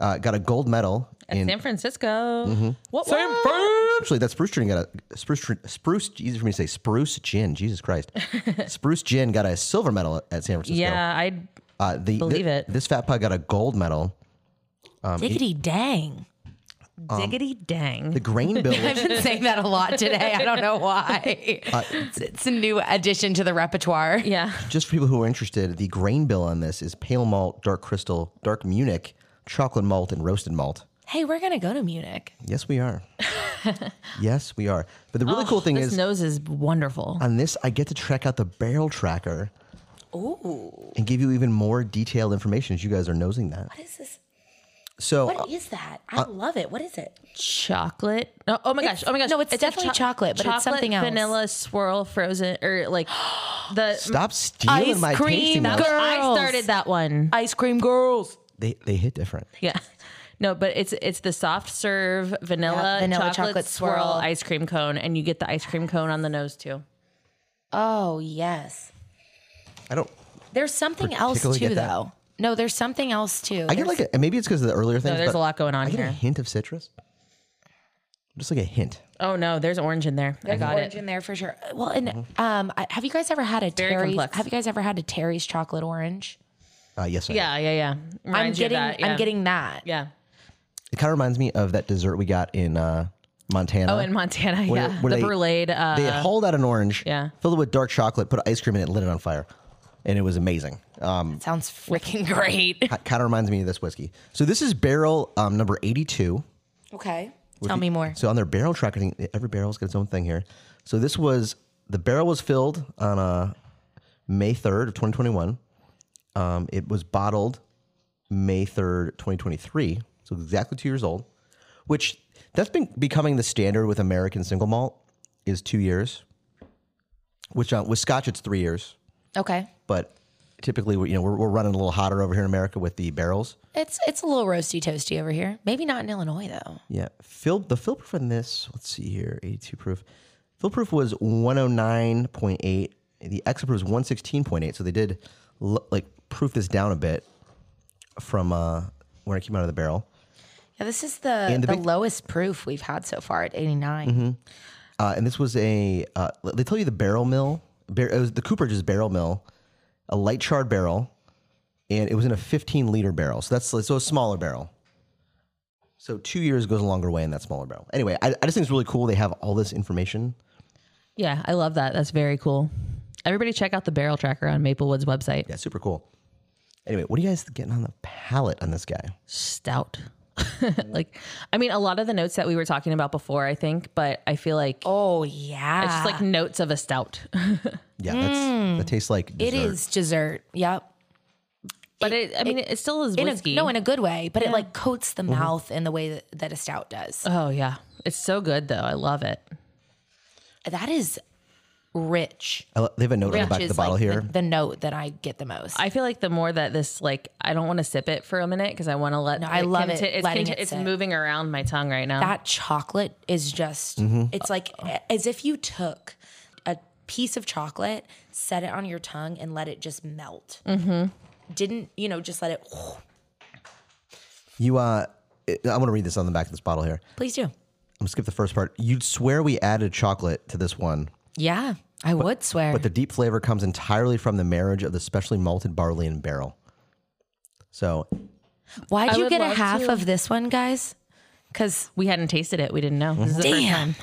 Speaker 1: uh, got a gold medal in Mm-hmm.
Speaker 3: San Francisco. What, what?
Speaker 1: Actually, that spruce gin got a spruce gin- spruce. Easy for me to say spruce gin. Jesus Christ, spruce gin got a silver medal at San Francisco.
Speaker 3: Yeah, I
Speaker 1: uh, the,
Speaker 3: believe
Speaker 1: thi-
Speaker 3: it.
Speaker 1: This fat pug got a gold medal. Um,
Speaker 2: Diggity dang. [LAUGHS]
Speaker 3: diggity dang.
Speaker 1: The grain bill.
Speaker 2: I've been saying that a lot today. I don't know why.
Speaker 1: [LAUGHS] Uh,
Speaker 2: it's, it's a new addition to the repertoire.
Speaker 3: yeah.
Speaker 1: just for people who are interested, the grain bill on this is pale malt, dark crystal, dark Munich, chocolate malt, and roasted malt.
Speaker 2: Hey, we're gonna go to Munich.
Speaker 1: Yes, we are. yes, we are. But the really cool thing
Speaker 3: This
Speaker 1: is
Speaker 3: nose is wonderful.
Speaker 1: on this, I get to track out the barrel tracker. Ooh. And give you even more detailed information as you guys are nosing that.
Speaker 2: What is this?
Speaker 1: So uh,
Speaker 2: What is that? I love it. What is it?
Speaker 3: chocolate. No, oh my gosh. Oh my gosh.
Speaker 2: no, it's
Speaker 3: a
Speaker 2: definitely chocolate, but it's something else.
Speaker 3: Vanilla swirl frozen or
Speaker 2: [GASPS]
Speaker 3: like the
Speaker 1: Stop stealing
Speaker 2: Ice
Speaker 1: my
Speaker 2: cream,
Speaker 1: tasting notes.
Speaker 2: girl.
Speaker 3: I
Speaker 2: Girls.
Speaker 3: started that one.
Speaker 2: Ice cream girls.
Speaker 1: They they hit different.
Speaker 3: yeah. [LAUGHS] No, but it's it's the soft serve vanilla,
Speaker 2: Yeah, vanilla
Speaker 3: chocolate,
Speaker 2: chocolate
Speaker 3: swirl,
Speaker 2: swirl.
Speaker 3: ice cream cone, and you get the ice cream cone on the nose too.
Speaker 2: Oh yes.
Speaker 1: I don't.
Speaker 2: There's something else
Speaker 1: Particularly
Speaker 2: too,
Speaker 1: get that.
Speaker 2: though. No, there's something else too.
Speaker 1: I get like a, maybe it's because of the earlier things.
Speaker 3: No, there's
Speaker 1: but
Speaker 3: a lot going on
Speaker 1: I get a
Speaker 3: here.
Speaker 1: hint of citrus. Just like a hint.
Speaker 3: Oh no, there's orange in there. I got
Speaker 2: orange
Speaker 3: it.
Speaker 2: in there for sure. Well, and
Speaker 1: Mm-hmm.
Speaker 2: um, I, have you guys ever had a Terry's?
Speaker 3: complex.
Speaker 2: Have you guys ever had a Terry's chocolate orange?
Speaker 1: Uh, yes. I
Speaker 3: Yeah, yeah, yeah.
Speaker 2: I'm
Speaker 3: Reminds you of
Speaker 2: getting,
Speaker 3: that, yeah.
Speaker 2: I'm getting that.
Speaker 3: Yeah.
Speaker 1: It kind of reminds me of that dessert we got in uh, Montana.
Speaker 3: Oh, in Montana,
Speaker 1: Where-
Speaker 3: yeah.
Speaker 1: where
Speaker 3: the
Speaker 1: they-
Speaker 3: brulee. Uh,
Speaker 1: They had hauled out an orange,
Speaker 3: yeah.
Speaker 1: filled it with dark chocolate, put ice cream in it, lit it on fire, and it was amazing. Um,
Speaker 2: That sounds [LAUGHS] freaking great.
Speaker 1: kind of reminds me of this whiskey. So this is barrel um, number eighty-two.
Speaker 2: Okay, tell me more.
Speaker 1: So on their barrel tracker, I think every barrel's got its own thing here. So this was the barrel was filled on uh, May third of twenty twenty-one. Um, it was bottled May third, twenty twenty-three. So exactly two years old, which that's been becoming the standard with American single malt is two years. Which uh, with Scotch it's three years,
Speaker 2: Okay,
Speaker 1: but typically we you know we're, we're running a little hotter over here in America with the barrels.
Speaker 2: it's it's a little roasty toasty over here. Maybe not in Illinois though.
Speaker 1: Yeah, fill the fill proof on this. Let's see here, eighty-two proof. Fill proof was one hundred nine point eight. The exit proof was one sixteen point eight. So they did l- like proof this down a bit from uh, when it came out of the barrel.
Speaker 2: Yeah, this is the
Speaker 1: the
Speaker 2: the,
Speaker 1: big-
Speaker 2: lowest proof we've had so far at 89.
Speaker 1: Uh, and this was a uh, they tell you the barrel mill. Bar- it was the Cooperage's barrel mill, a light charred barrel, and it was in a fifteen liter barrel. So that's so a smaller barrel. So two years goes a longer way in that smaller barrel. Anyway, I, I just think it's really cool. They have all this information.
Speaker 3: Yeah, I love that. That's very cool. Everybody check out the barrel tracker on Maplewood's website.
Speaker 1: Yeah, super cool. Anyway, what are you guys getting on the palate on this guy?
Speaker 3: Stout. [LAUGHS]
Speaker 2: Mm.
Speaker 3: like I mean a lot of the notes that we were talking about before, I think, but I feel like
Speaker 2: Oh yeah,
Speaker 3: it's just like notes of a stout. [LAUGHS]
Speaker 1: Yeah, that's
Speaker 3: Mm.
Speaker 1: that tastes like
Speaker 2: it
Speaker 1: dessert.
Speaker 2: is dessert. Yep.
Speaker 3: But it, I mean it, still is
Speaker 2: In a,
Speaker 3: whiskey.
Speaker 2: no, in a good way, but it like coats
Speaker 1: Mm-hmm.
Speaker 2: the mouth in the way that, that a stout does.
Speaker 3: oh yeah. It's so good though. I love it.
Speaker 2: That is rich.
Speaker 1: I lo- They have a note on the
Speaker 2: Which
Speaker 1: back of
Speaker 2: is,
Speaker 1: the bottle
Speaker 2: like,
Speaker 1: here.
Speaker 2: The, the note that I get the most.
Speaker 3: I feel like the more that this like I don't want to sip it for a minute because I want to let
Speaker 2: I love it,
Speaker 3: It's,
Speaker 2: letting it
Speaker 3: it's
Speaker 2: sit.
Speaker 3: moving around my tongue right now.
Speaker 2: that chocolate is just
Speaker 1: Mm-hmm.
Speaker 2: it's like as if you took a piece of chocolate set it on your tongue and let it just melt didn't you know just let it
Speaker 1: You uh it- I want to read this on the back of this bottle here.
Speaker 2: please do
Speaker 1: I'm gonna skip the first part. You'd swear we added chocolate to this one,
Speaker 2: yeah i would swear
Speaker 1: but the deep flavor comes entirely from the marriage of the specially malted barley and barrel. So
Speaker 2: Why'd
Speaker 3: I
Speaker 2: you
Speaker 3: would
Speaker 2: get a
Speaker 3: love
Speaker 2: half
Speaker 3: to.
Speaker 2: of this one, guys? Because
Speaker 3: We hadn't tasted it. We didn't know. This is the first time.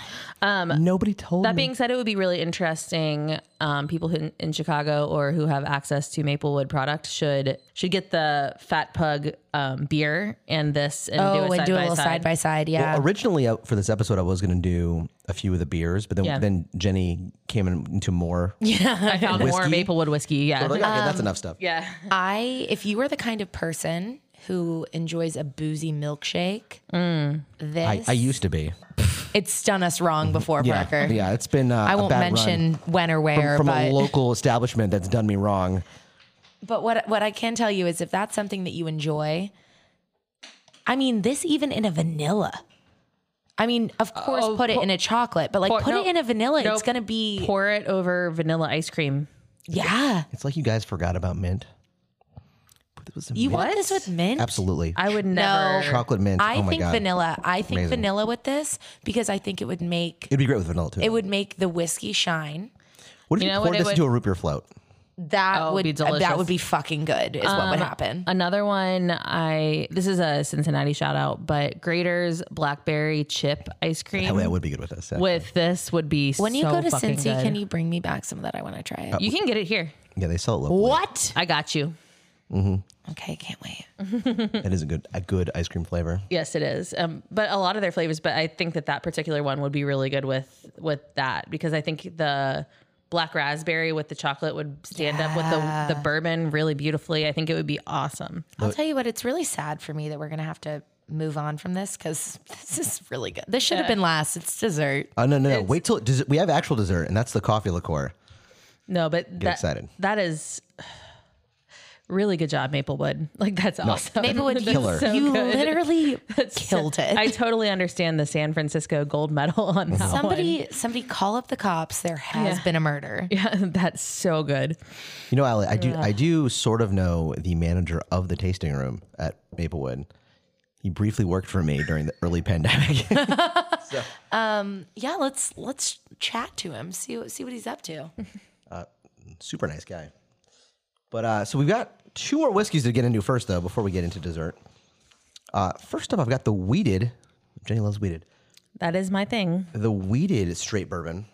Speaker 2: damn,
Speaker 1: Nobody told
Speaker 3: Um, That
Speaker 1: me.
Speaker 3: being said, it would be really interesting. Um, people who, in Chicago or who have access to Maplewood product should should get the Fat Pug um, beer and this and
Speaker 2: oh,
Speaker 3: do a
Speaker 2: and
Speaker 3: side
Speaker 2: do a
Speaker 3: by
Speaker 2: little
Speaker 3: side.
Speaker 2: side by side. Yeah,
Speaker 1: Well, originally uh, for this episode, I was going to do a few of the beers, but then
Speaker 3: Yeah.
Speaker 1: then Jenny came in, into more.
Speaker 2: [LAUGHS]
Speaker 1: Yeah,
Speaker 3: I found more
Speaker 1: Whiskey?
Speaker 3: Maplewood whiskey. Yeah,
Speaker 1: like, okay, that's enough stuff.
Speaker 3: [LAUGHS] yeah.
Speaker 2: I if you are the kind of person who enjoys a boozy milkshake, this
Speaker 1: Mm. I, I used to be.
Speaker 2: it's done us wrong before,
Speaker 1: Yeah,
Speaker 2: Parker.
Speaker 1: yeah. It's been. Uh,
Speaker 2: I won't
Speaker 1: a bad
Speaker 2: mention
Speaker 1: run
Speaker 2: when or where,
Speaker 1: from
Speaker 2: but
Speaker 1: a local establishment that's done me wrong.
Speaker 2: But what what I can tell you is if that's something that you enjoy, I mean, this even in a vanilla. I mean, of course,
Speaker 3: Oh,
Speaker 2: put it
Speaker 3: pour-
Speaker 2: in a chocolate, but like
Speaker 3: pour-
Speaker 2: put
Speaker 3: no,
Speaker 2: it in a vanilla,
Speaker 3: no,
Speaker 2: it's gonna be
Speaker 3: Pour it over vanilla ice cream.
Speaker 2: yeah.
Speaker 1: It's like you guys forgot about mint. But it was
Speaker 2: You
Speaker 1: mint.
Speaker 2: want this with mint?
Speaker 1: Absolutely.
Speaker 3: I would
Speaker 2: No.
Speaker 3: never.
Speaker 1: Chocolate mint.
Speaker 2: I
Speaker 1: oh my
Speaker 2: think
Speaker 1: God.
Speaker 2: vanilla. I think
Speaker 1: Amazing.
Speaker 2: vanilla with this because I think it would make
Speaker 1: It'd be great with vanilla too.
Speaker 2: it would make the whiskey shine.
Speaker 1: What if
Speaker 3: You
Speaker 1: you,
Speaker 3: know
Speaker 1: poured
Speaker 3: what it
Speaker 1: this
Speaker 3: would-
Speaker 1: into a root beer float?
Speaker 2: That
Speaker 3: Oh,
Speaker 2: would uh,
Speaker 3: it'd be delicious. Um,
Speaker 2: that would be fucking good is what would happen.
Speaker 3: Another one I this is a Cincinnati shout out, but Grater's blackberry chip ice cream
Speaker 1: That way, I would be good with this. actually.
Speaker 3: with this would be
Speaker 2: When you
Speaker 3: so
Speaker 2: go to
Speaker 3: fucking
Speaker 2: Cincy,
Speaker 3: good.
Speaker 2: can you bring me back some of that? I want to try it.
Speaker 1: Uh,
Speaker 3: You can get it here.
Speaker 1: Yeah, they sell it locally.
Speaker 2: What?
Speaker 3: I got you.
Speaker 2: Okay, can't wait.
Speaker 1: That is a good a good ice cream flavor.
Speaker 3: Yes, it is. Um, but a lot of their flavors, but I think that that particular one would be really good with with that because I think the black raspberry with the chocolate would stand up with the the bourbon really beautifully. I think it would be awesome.
Speaker 2: I'll tell you what, it's really sad for me that we're going to have to move on from this because [LAUGHS] this is really good. This should have been last. It's dessert.
Speaker 1: Oh no no no! Wait till dessert, we have actual dessert, and that's the coffee liqueur.
Speaker 3: No, but that,
Speaker 1: excited.
Speaker 3: That is really good job, Maplewood. [LAUGHS] Like [LAUGHS] that's awesome.
Speaker 2: Maplewood, you,
Speaker 1: Killer. so
Speaker 2: you literally killed it.
Speaker 3: I totally understand the San Francisco gold medal [LAUGHS] on that one.
Speaker 2: somebody, somebody call up the cops. There has been a murder.
Speaker 3: Yeah, [LAUGHS] that's so good.
Speaker 1: You know, Ali, I do I do sort of know the manager of the tasting room at Maplewood. He briefly worked for me during the early [LAUGHS] pandemic.
Speaker 2: Yeah, let's let's chat to him. See what see what he's up to.
Speaker 1: Super nice guy. But uh, so we've got two more whiskeys to get into first, though, before we get into dessert. Uh, first up, I've got the weeded. Jenny loves weeded.
Speaker 3: That is my thing.
Speaker 1: The weeded straight bourbon.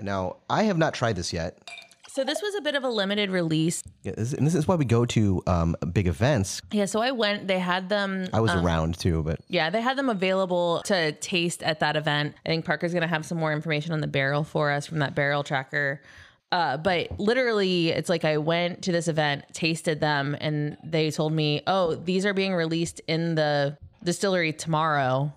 Speaker 1: Now, I have not tried this yet.
Speaker 3: So this was a bit of a limited release.
Speaker 1: Yeah, this- and this is why we go to um, big events.
Speaker 3: Yeah, so I went. They had them
Speaker 1: I was around too, but
Speaker 3: Yeah, they had them available to taste at that event. I think Parker's going to have some more information on the barrel for us from that barrel tracker. Uh, but literally, it's like I went to this event, tasted them, and they told me, "Oh, these are being released in the distillery tomorrow.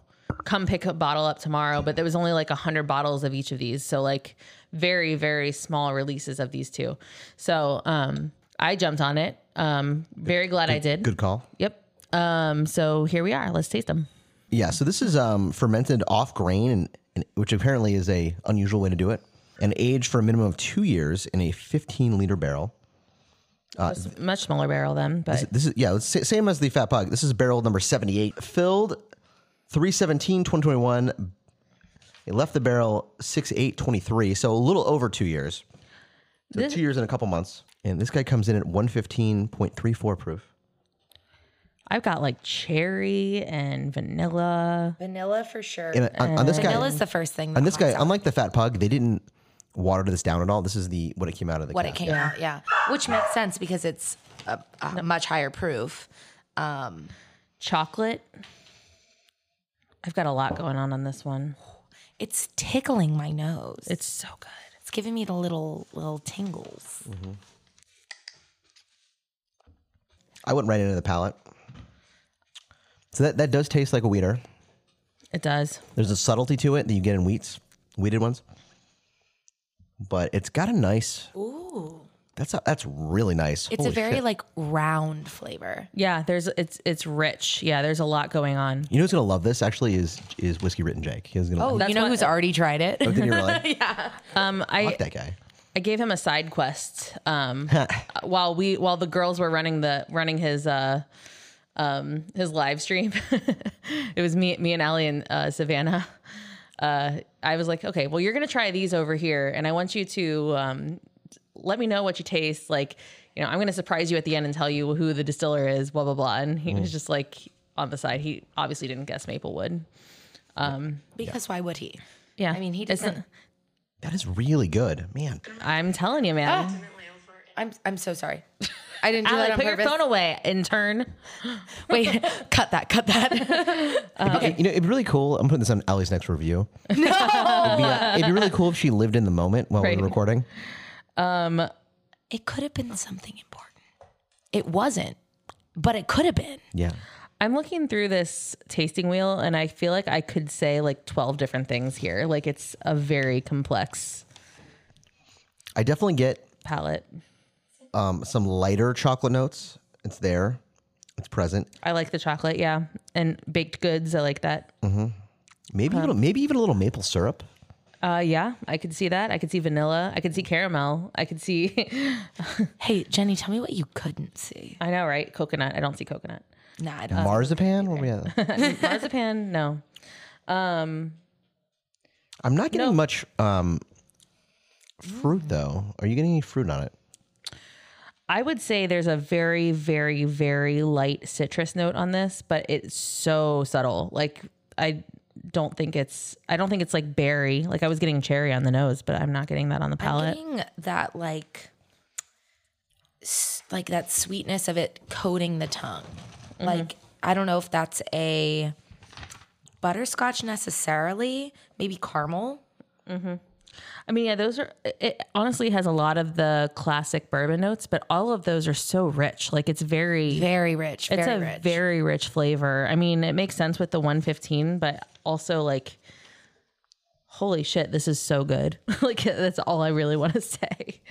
Speaker 3: Come pick a bottle up tomorrow." But there was only like hundred bottles of each of these, so like very, very small releases of these two. So um, I jumped on it. Um, very glad I did.
Speaker 1: good call.
Speaker 3: Yep. Um, so here we are. Let's taste them.
Speaker 1: Yeah, so this is um, fermented off grain, and, and which apparently is a unusual way to do it, and aged for a minimum of two years in a 15 liter barrel.
Speaker 3: Much smaller barrel then, but
Speaker 1: This is yeah, it's sa- same as the Fat Pug. This is barrel number 78, filled 317 2021. It left the barrel 6823, so a little over two years. So
Speaker 3: This-
Speaker 1: two years and a couple months, and this guy comes in at 115.34 proof.
Speaker 3: I've got like cherry and vanilla.
Speaker 2: Vanilla for sure.
Speaker 1: And on, on this guy,
Speaker 2: Uh, Vanilla is the first thing.
Speaker 1: on
Speaker 2: that
Speaker 1: this guy,
Speaker 2: pops up.
Speaker 1: unlike the Fat Pug, they didn't water this down at all. This is the what it came out of the
Speaker 2: what it
Speaker 1: cask.
Speaker 2: came out. Yeah, which makes sense because it's a, a much higher proof. Um,
Speaker 3: Chocolate. I've got a lot going on on this one.
Speaker 2: It's tickling my nose.
Speaker 3: It's so good.
Speaker 2: It's giving me the little little tingles.
Speaker 1: I went right into the palate. So that, that does taste like a wheater.
Speaker 3: It does.
Speaker 1: There's a subtlety to it that you get in wheats, wheated ones. But it's got a nice. Ooh. That's a, that's really nice.
Speaker 2: It's
Speaker 1: Holy
Speaker 2: a very
Speaker 1: shit.
Speaker 2: like round flavor.
Speaker 3: Yeah, there's it's it's rich. Yeah, there's a lot going on.
Speaker 1: You know who's gonna love this? Actually, is is whiskey written Jake. He's gonna. [LAUGHS] Oh,
Speaker 2: you know who's already tried it? [LAUGHS]
Speaker 1: didn't you really?
Speaker 3: Um, I
Speaker 1: Fuck that guy.
Speaker 3: I gave him a side quest. Um, while we while the girls were running the running his uh um his live stream. [LAUGHS] it was me me and Allie and uh, Savannah. Uh, I was like, okay, well, you're gonna try these over here, and I want you to um let me know what you taste. Like, you know, I'm going to surprise you at the end and tell you who the distiller is, blah, blah, blah. And he was just like on the side. He obviously didn't guess Maplewood.
Speaker 2: Because why would he?
Speaker 3: Yeah.
Speaker 2: I mean, he
Speaker 3: It's
Speaker 2: doesn't.
Speaker 3: not-
Speaker 1: That is really good, man.
Speaker 3: I'm telling you, man.
Speaker 2: I'm I'm so sorry. I didn't do
Speaker 3: Ah, Allie,
Speaker 2: that on
Speaker 3: put
Speaker 2: purpose.
Speaker 3: your phone away. Intern.
Speaker 2: Wait, [LAUGHS] cut that, Um, cut that.
Speaker 1: You know, it'd be really cool. I'm putting this on Ellie's next review. No, it'd, be, uh, it'd be really cool if she lived in the moment while we
Speaker 3: Right.
Speaker 1: were recording.
Speaker 2: it could have been something important. It wasn't, but it could have been.
Speaker 1: Yeah,
Speaker 3: I'm looking through this tasting wheel and I feel like I could say like 12 different things here. Like it's a very complex
Speaker 1: I definitely get
Speaker 3: palette.
Speaker 1: um, some lighter chocolate notes. It's there. It's present.
Speaker 3: I like the chocolate, yeah. And baked goods, I like that.
Speaker 1: Maybe a little, maybe even a little maple syrup.
Speaker 3: Uh, yeah, I could see that. I could see vanilla. I could see caramel. I could see, [LAUGHS]
Speaker 2: Hey, Jenny, tell me what you couldn't see.
Speaker 3: I know, right? Coconut. I don't see coconut. [LAUGHS]
Speaker 2: Nah, I don't.
Speaker 1: Marzipan? Where we at?
Speaker 3: Marzipan, no.
Speaker 1: I'm not getting much um, fruit though. Are you getting any fruit on it?
Speaker 3: I would say there's a very, very, very light citrus note on this, but it's so subtle. Like I don't think it's I don't think it's like berry. Like I was getting cherry on the nose, but I'm not getting that on the palate.
Speaker 2: Getting that like, s- like that sweetness of it coating the tongue.
Speaker 3: Mm-hmm.
Speaker 2: Like I don't know if that's a butterscotch necessarily. Maybe caramel.
Speaker 3: I mean, yeah, those are it honestly has a lot of the classic bourbon notes, but all of those are so rich. Like it's very
Speaker 2: Very rich. Very
Speaker 3: it's a
Speaker 2: rich.
Speaker 3: very rich flavor. I mean, it makes sense with the 115, but also like holy shit, this is so good. [LAUGHS] like that's all I really want to say.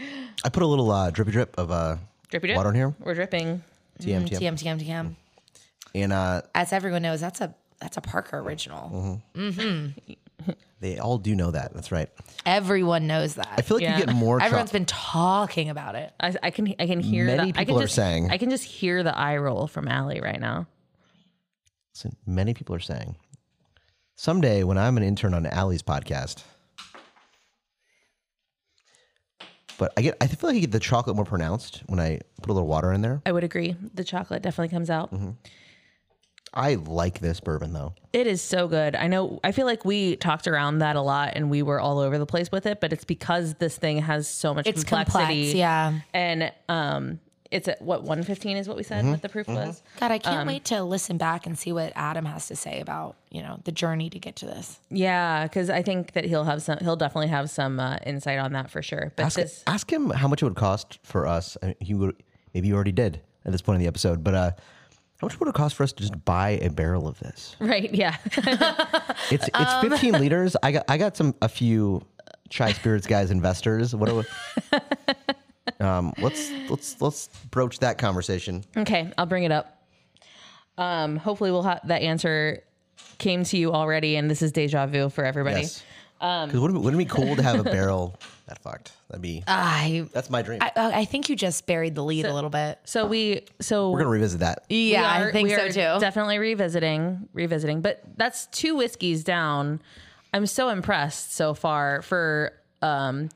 Speaker 1: I put a little uh, drippy drip of uh,
Speaker 3: Drippy drip.
Speaker 1: water in here.
Speaker 3: We're dripping.
Speaker 1: TM, TM.
Speaker 2: TM TM
Speaker 3: Mm-hmm.
Speaker 2: TM.
Speaker 1: And uh,
Speaker 2: As everyone knows, that's a that's a Parker original.
Speaker 3: Mm-hmm.
Speaker 1: they all do know that. That's right.
Speaker 2: Everyone knows
Speaker 1: I
Speaker 2: that.
Speaker 1: feel like
Speaker 3: Yeah.
Speaker 1: you get more.
Speaker 2: [LAUGHS] Everyone's
Speaker 1: chocolate.
Speaker 2: been talking about it.
Speaker 3: I, I can I can hear
Speaker 1: Many
Speaker 3: the, I
Speaker 1: people
Speaker 3: can
Speaker 1: are
Speaker 3: just,
Speaker 1: saying-
Speaker 3: I can just hear the eye roll from Allie right now.
Speaker 1: many people are saying. Someday, when I'm an intern on Allie's podcast, but I get. I feel like I get the chocolate more pronounced when I put a little water in there.
Speaker 3: I would agree. The chocolate definitely comes out.
Speaker 1: Mm-hmm. I like this bourbon though.
Speaker 3: It is so good. I know I feel like we talked around that a lot and we were all over the place with it, but it's because this thing has so much
Speaker 2: It's
Speaker 3: complexity.
Speaker 2: complex, yeah.
Speaker 3: And um it's at what 115 is what we
Speaker 1: Mm-hmm.
Speaker 3: said what the proof was.
Speaker 2: God, I
Speaker 3: Um,
Speaker 2: can't wait to listen back and see what Adam has to say about you know the journey to get to this.
Speaker 3: Yeah, cuz I think that he'll have some he'll definitely have some uh, insight on that for sure. But
Speaker 1: Ask,
Speaker 3: this
Speaker 1: ask him how much it would cost for us. I mean, He would maybe you already did at this point in the episode, but uh, how much would it cost for us to just buy a barrel of this?
Speaker 3: [LAUGHS] right, yeah.
Speaker 1: It's it's 15 liters. I got I got some a few chai spirits guys investors. What? do we- um, let's let's let's broach that conversation.
Speaker 3: Okay, I'll bring it up. Um, hopefully, we'll have that answer came to you already, and this is deja vu for everybody.
Speaker 1: Yes. Because wouldn't, it- wouldn't it be cool to have a barrel [LAUGHS] that fucked? That'd be
Speaker 2: I
Speaker 1: that's my dream.
Speaker 2: Uh, I, I think you just buried the lead a little bit.
Speaker 3: So we, so
Speaker 1: We're gonna revisit that.
Speaker 3: we
Speaker 2: Yeah,
Speaker 3: are-
Speaker 2: I think
Speaker 3: we
Speaker 2: so
Speaker 3: are
Speaker 2: too.
Speaker 3: Definitely revisiting, revisiting. But that's two whiskeys down. I'm so impressed so far for um,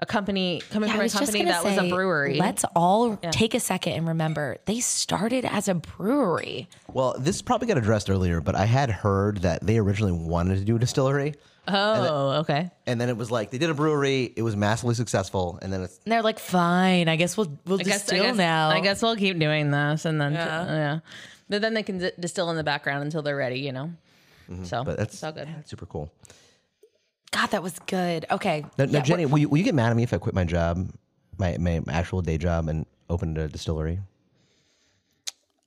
Speaker 3: a company coming
Speaker 2: Yeah,
Speaker 3: from a company
Speaker 2: gonna
Speaker 3: that was a
Speaker 2: say,
Speaker 3: brewery.
Speaker 2: Let's all take a second and remember they started as a brewery.
Speaker 1: Well, this probably got addressed earlier, but I had heard that they originally wanted to do a distillery,
Speaker 3: oh, okay.
Speaker 1: and then it was like they did a brewery. It was massively successful, and then it's
Speaker 2: And they're like, fine, I guess we'll we'll
Speaker 3: I guess-
Speaker 2: distill
Speaker 3: I guess,
Speaker 2: now.
Speaker 3: I guess we'll keep doing this, and then yeah. But then they can d- distill in the background until they're ready, you know. So
Speaker 1: Mm-hmm. but that's
Speaker 3: it's all good.
Speaker 1: that's super cool.
Speaker 2: God, that was good. Okay,
Speaker 1: Now, now Jenny, will you, will you get mad at me if I quit my job, my my actual day job, and opened a distillery?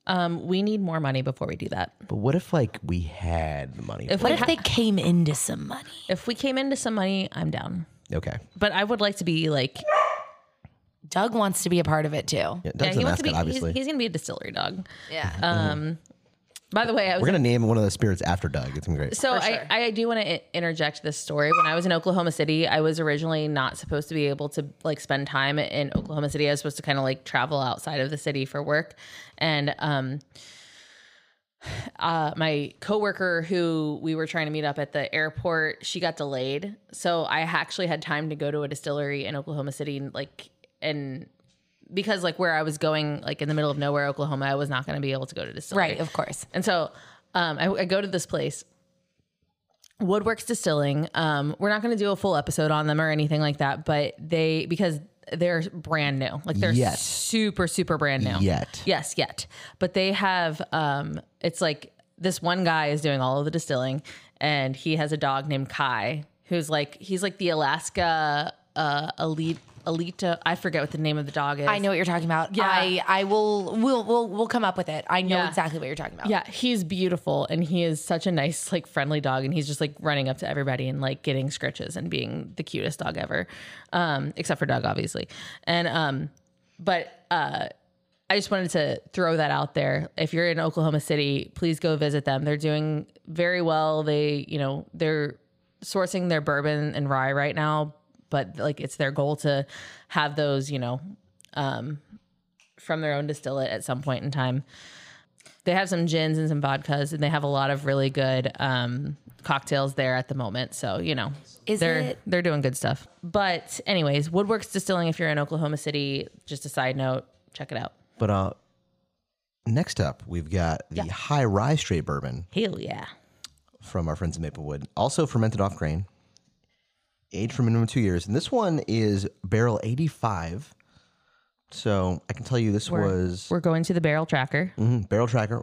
Speaker 3: Um, we need more money before we do that.
Speaker 1: But what if like we had the money?
Speaker 3: If
Speaker 1: for
Speaker 3: we
Speaker 2: what if
Speaker 3: ha-
Speaker 2: they came into some money?
Speaker 3: if we came into some money, I'm down.
Speaker 1: it? okay,
Speaker 3: But I would like to be like
Speaker 2: Doug wants to be a part of it too.
Speaker 1: yeah, Doug's
Speaker 3: yeah,
Speaker 1: the
Speaker 3: he wants
Speaker 1: mascot,
Speaker 3: to be. He's,
Speaker 1: obviously.
Speaker 3: he's gonna be a distillery dog.
Speaker 2: Yeah.
Speaker 3: By the way, I was
Speaker 1: We're gonna name one of the spirits after Doug. It's gonna be great.
Speaker 3: So I, I do want to interject this story. When I was in Oklahoma City, I was originally not supposed to be able to like spend time in Oklahoma City. I was supposed to kind of like travel outside of the city for work, and um, uh, my coworker who we were trying to meet up at the airport, she got delayed, so I actually had time to go to a distillery in Oklahoma City, like and because like where I was going, like in the middle of nowhere, Oklahoma, I was not going to be able to go to distillery.
Speaker 2: [LAUGHS] Right, of course.
Speaker 3: And so um, I, I go to this place, Woodworks Distilling. Um, we're not going to do a full episode on them or anything like that, but they because they're brand new, like they're
Speaker 1: Yet.
Speaker 3: super super brand new.
Speaker 1: Yet.
Speaker 3: yes, yet. But they have um, it's like this one guy is doing all of the distilling, and he has a dog named Kai, who's like he's like the Alaska uh, elite. Alita, I forget what the name of the dog is.
Speaker 2: I know what you're talking about.
Speaker 3: Yeah.
Speaker 2: I, I will we'll we'll we'll come up with it. I know
Speaker 3: Yeah.
Speaker 2: exactly what you're talking about.
Speaker 3: Yeah, he's beautiful and he is such a nice, like friendly dog. And he's just like running up to everybody and like getting scritches and being the cutest dog ever. Um, except for Doug, obviously. And um, but uh I just wanted to throw that out there. If you're in Oklahoma City, please go visit them. They're doing very well. They, you know, they're sourcing their bourbon and rye right now, but like it's their goal to have those, you know, um from their own distillate at some point in time they have some gins and some vodkas and they have a lot of really good um, cocktails there at the moment so you know
Speaker 2: Is
Speaker 3: they're
Speaker 2: it-
Speaker 3: they're doing good stuff but anyways woodworks distilling if you're in oklahoma city just a side note check it out
Speaker 1: But uh, next up, we've got the High Rye Straight Bourbon
Speaker 3: hell yeah
Speaker 1: from our friends at Maplewood, also fermented off grain, aged for minimum two years. And this one is barrel 85. So I can tell you this was
Speaker 3: we're going to the barrel tracker
Speaker 1: mhm, barrel tracker.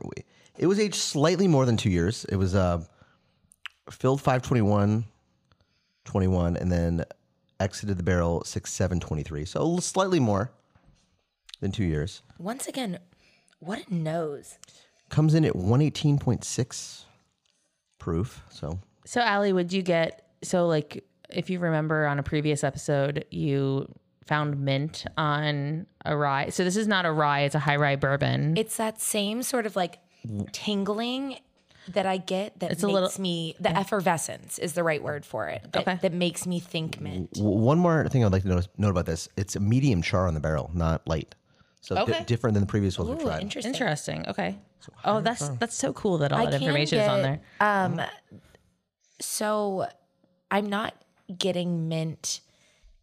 Speaker 1: It was aged slightly more than two years. It was uh, filled 521, 21, and then exited the barrel 6723. So a little- slightly more than two years.
Speaker 2: Once again, what a nose.
Speaker 1: Comes in at 118.6 proof. So
Speaker 3: so Allie, would you get so like if you remember on a previous episode you found mint on a rye so this is not a rye it's a high rye bourbon
Speaker 2: It's that same sort of like tingling that I get that
Speaker 3: a
Speaker 2: makes
Speaker 3: little-
Speaker 2: me the effervescence is the right word for it. That,
Speaker 3: Okay.
Speaker 2: that makes me think mint.
Speaker 1: W- One more thing I'd like to notice, note about this: it's a medium char on the barrel, not light. So di-
Speaker 3: Okay.
Speaker 1: different than the previous ones we've
Speaker 2: Ooh,
Speaker 1: tried.
Speaker 2: interesting.
Speaker 3: interesting okay oh that's that's so cool that all
Speaker 2: I
Speaker 3: that
Speaker 2: can
Speaker 3: information is on
Speaker 2: get- um,
Speaker 3: there Mm-hmm.
Speaker 2: So I'm not getting mint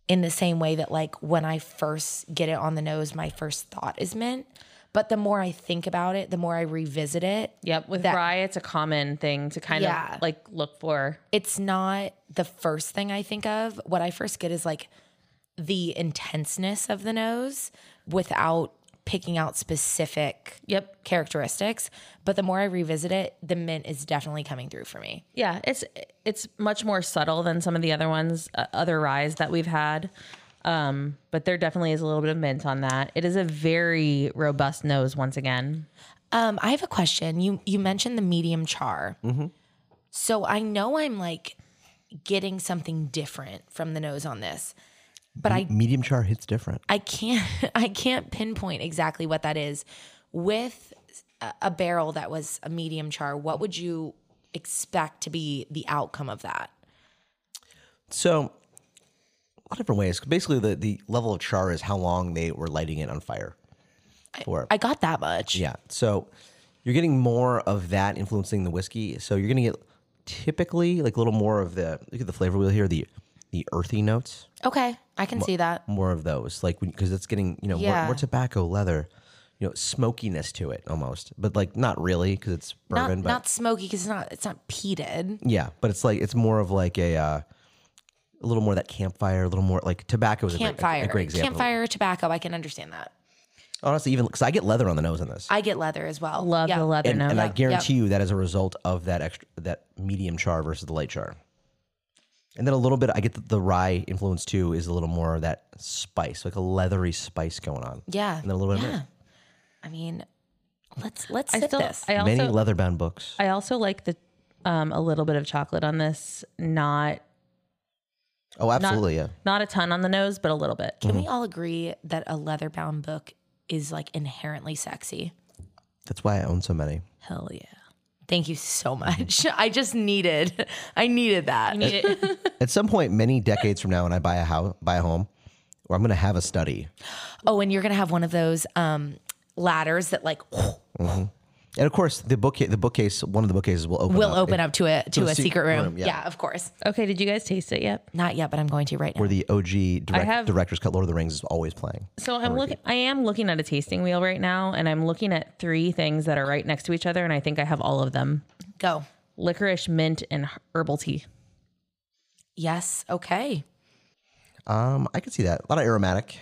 Speaker 2: in the same way that like when I first get it on the nose, my first thought is mint. But the more I think about it, the more I revisit it.
Speaker 3: Yep, with
Speaker 2: that-
Speaker 3: rye, it's a common thing to kind
Speaker 2: Yeah.
Speaker 3: of like look for.
Speaker 2: It's not the first thing I think of. What I first get is like the intenseness of the nose without picking out specific
Speaker 3: Yep.
Speaker 2: characteristics. But the more I revisit it, the mint is definitely coming through for me.
Speaker 3: Yeah, it's it's much more subtle than some of the other ones, uh, other ryes that we've had. Um, but there definitely is a little bit of mint on that. It is a very robust nose once again.
Speaker 2: Um, I have a question. You you mentioned the medium char. So I know I'm like getting something different from the nose on this, but I
Speaker 1: medium char hits different.
Speaker 2: I can't [LAUGHS] I can't pinpoint exactly what that is. With a, a barrel that was a medium char, what would you expect to be the outcome of that?
Speaker 1: So a lot of different ways. Basically, the the level of char is how long they were lighting it on fire for.
Speaker 2: I got that much.
Speaker 1: yeah. So you're getting more of that influencing the whiskey. So you're going to get typically like a little more of the look at the flavor wheel here the the earthy notes.
Speaker 2: Okay, I can see that.
Speaker 1: more of those, like because it's getting you know more,
Speaker 2: Yeah.
Speaker 1: more tobacco, leather, you know, smokiness to it almost, but like not really because it's
Speaker 2: Not
Speaker 1: bourbon, but
Speaker 2: not smoky because it's not it's not peated.
Speaker 1: yeah, but it's like it's more of like a uh, a little more of that campfire, a little more like tobacco is a great- a-
Speaker 2: Campfire,
Speaker 1: a great example.
Speaker 2: campfire tobacco. I can understand that.
Speaker 1: honestly, even because I get leather on the nose in this,
Speaker 2: I get leather as well.
Speaker 3: Love
Speaker 2: Yeah.
Speaker 3: the leather
Speaker 1: and,
Speaker 3: note.
Speaker 1: and I
Speaker 2: Yep,
Speaker 1: guarantee you that is a result of that extra that medium char versus the light char. And then a little bit, I get the, the rye influence too is a little more of that spice, like a leathery spice going on.
Speaker 2: Yeah.
Speaker 1: And then a little bit of
Speaker 2: yeah.
Speaker 1: mint.
Speaker 2: I mean, let's let's
Speaker 3: I
Speaker 2: sip
Speaker 3: still,
Speaker 2: this.
Speaker 3: I
Speaker 1: Many
Speaker 3: also,
Speaker 1: leather bound books.
Speaker 3: I also like the um, a little bit of chocolate on this. Not
Speaker 1: Oh, absolutely, yeah.
Speaker 3: not a ton on the nose, but a little bit.
Speaker 1: Mm-hmm.
Speaker 2: Can we all agree that a leather bound book is like inherently sexy?
Speaker 1: That's why I own so many.
Speaker 3: Hell yeah!
Speaker 2: Thank you [LAUGHS] so much. I just needed [LAUGHS] I needed that.
Speaker 1: At some point, many decades from now, when I buy a house, buy a home, or I'm going to have a study.
Speaker 2: oh, and you're gonna have one of those um ladders that like
Speaker 1: And of course, the book the bookcase one of the bookcases will open.
Speaker 2: We'll
Speaker 1: up
Speaker 2: open up to a to
Speaker 1: a
Speaker 2: a
Speaker 1: secret
Speaker 2: secret room.
Speaker 1: room, yeah.
Speaker 2: yeah. of course.
Speaker 3: [LAUGHS] Okay, did you guys taste it yet?
Speaker 2: Not yet, but I'm going to right now.
Speaker 1: where the OG direct,
Speaker 3: have-
Speaker 1: director's cut Lord of the Rings is always playing.
Speaker 3: So I'm looking. I am looking at a tasting wheel right now, and I'm looking at three things that are right next to each other, and I think I have all of them:
Speaker 2: Go.
Speaker 3: licorice, mint, and herbal tea.
Speaker 2: Yes. Okay.
Speaker 1: Um, I could see that a lot of aromatic.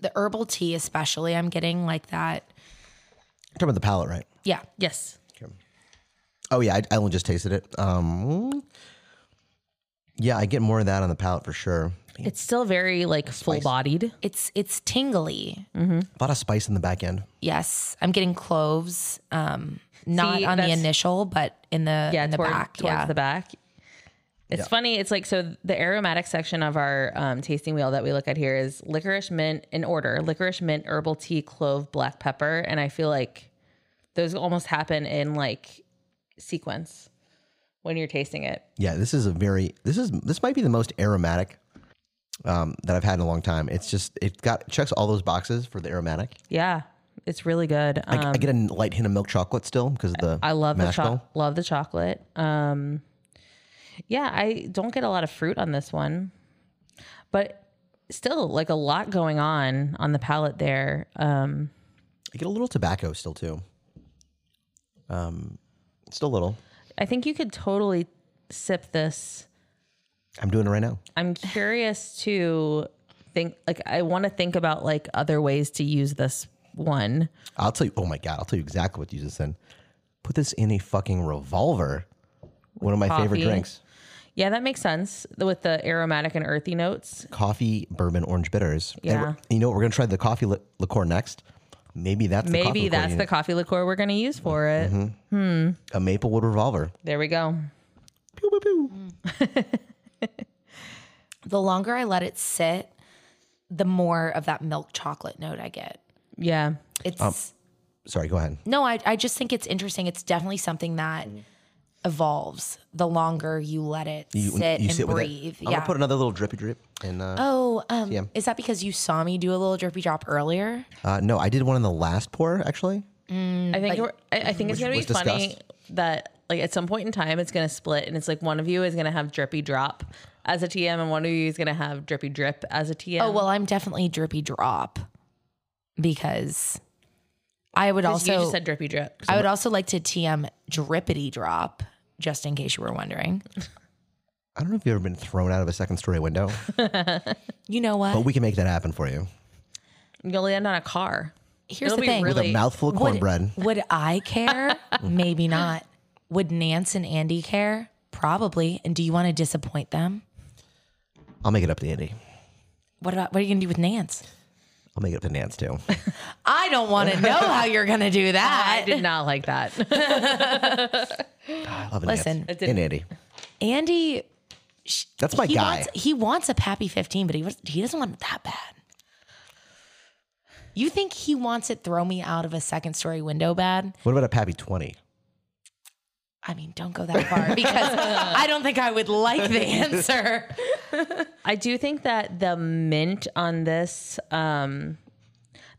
Speaker 2: The herbal tea, especially, I'm getting like that.
Speaker 1: Talking about the palate, right?
Speaker 2: Yeah.
Speaker 3: Yes.
Speaker 1: Oh yeah, I, I only just tasted it. Um, yeah, I get more of that on the palate for sure.
Speaker 3: It's still very like full bodied.
Speaker 2: It's it's tingly.
Speaker 1: A lot of spice in the back end.
Speaker 2: Yes. I'm getting cloves. Um, not
Speaker 3: See,
Speaker 2: on the
Speaker 3: that's-
Speaker 2: initial, but in the
Speaker 3: Yeah,
Speaker 2: in the
Speaker 3: toward-
Speaker 2: back.
Speaker 3: towards
Speaker 2: Yeah.
Speaker 3: the back. It's funny. It's like so the aromatic section of our um, tasting wheel that we look at here is licorice, mint in order: licorice, mint, herbal tea, clove, black pepper, and I feel like those almost happen in like sequence when you're tasting it.
Speaker 1: Yeah, this is a very this is this might be the most aromatic um, that I've had in a long time. It's just it got checks all those boxes for the aromatic.
Speaker 3: Yeah, it's really good. Um,
Speaker 1: I get a light hint of milk chocolate still because of the
Speaker 3: I love the
Speaker 1: mash
Speaker 3: cho-
Speaker 1: bill.
Speaker 3: love the chocolate. Um, yeah, I don't get a lot of fruit on this one, but still like a lot going on on the palate there. Um,
Speaker 1: I get a little tobacco still too. Um, still a little.
Speaker 3: I think you could totally sip this.
Speaker 1: I'm doing it right now.
Speaker 3: I'm curious to think like I want to think about like other ways to use this one.
Speaker 1: I'll tell you. Oh my god! I'll tell you exactly what to use this in. Put this in a fucking revolver. One of my favorite
Speaker 3: coffee.
Speaker 1: drinks:
Speaker 3: Yeah, that makes sense with the aromatic and earthy notes.
Speaker 1: coffee, bourbon, orange bitters. And
Speaker 3: Yeah.
Speaker 1: we're- you know what? We're gonna try the coffee li- liqueur next. Maybe that's the coffee
Speaker 3: Maybe
Speaker 1: liqueur
Speaker 3: that's
Speaker 1: you- Mm-hmm.
Speaker 3: the coffee liqueur we're going to use for it.
Speaker 1: a Maplewood revolver.
Speaker 3: There we go.
Speaker 1: Pew, pew, pew.
Speaker 2: the longer I let it sit, the more of that milk chocolate note I get.
Speaker 3: Yeah.
Speaker 2: It's
Speaker 1: Um, Sorry, go ahead.
Speaker 2: no, I, I just think it's interesting. It's definitely something that
Speaker 1: Mm-hmm.
Speaker 2: evolves the longer you let it sit and
Speaker 1: with it.
Speaker 2: breathe.
Speaker 1: I'm
Speaker 2: yeah.
Speaker 1: gonna put another little drippy drip. And uh,
Speaker 2: oh, um,
Speaker 1: Yeah.
Speaker 2: is that because you saw me do a little drippy drop earlier?
Speaker 1: uh, no, I did one in the last pour actually.
Speaker 3: I think we're- I, I think it's gonna be
Speaker 1: was discussed.
Speaker 3: funny that like at some point in time it's gonna split and it's like one of you is gonna have drippy drop as a TM and one of you is gonna have drippy drip as a TM.
Speaker 2: Oh, well, I'm definitely drippy drop because I would
Speaker 3: also,
Speaker 2: also
Speaker 3: you just said drippy drip.
Speaker 2: I would also like to TM drippity drop just in case you were wondering.
Speaker 1: I don't know if you've ever been thrown out of a second story
Speaker 2: [LAUGHS]
Speaker 1: window,
Speaker 2: You know what?
Speaker 1: but we can make that happen for you.
Speaker 3: You'll land on a car.
Speaker 2: Here's
Speaker 3: It'll
Speaker 2: the
Speaker 3: be
Speaker 2: thing.
Speaker 3: really
Speaker 1: With a mouthful of cornbread.
Speaker 2: Would I
Speaker 1: [LAUGHS]
Speaker 2: care? Maybe not. Would Nance and Andy care? Probably. And do you want to disappoint them?
Speaker 1: I'll make it up to Andy.
Speaker 2: What about what are you gonna do with Nance?
Speaker 1: I'll make it up to Nance
Speaker 2: [LAUGHS]
Speaker 1: too.
Speaker 2: I don't want
Speaker 1: [LAUGHS]
Speaker 2: to know how you're gonna do
Speaker 3: I
Speaker 2: that.
Speaker 3: did not like that. [LAUGHS]
Speaker 1: I love
Speaker 2: Listen,
Speaker 1: Nance. and Andy.
Speaker 2: Andy,
Speaker 1: That's my
Speaker 2: he
Speaker 1: guy.
Speaker 2: wants he wants a pappy fifteen, but he was, he doesn't want it that bad. You think he wants it throw me out of a second story window bad?
Speaker 1: What about a Pappy 20?
Speaker 2: I mean, don't go that far because
Speaker 1: [LAUGHS]
Speaker 2: I don't think I would like the answer.
Speaker 3: I do think that the mint on this, um,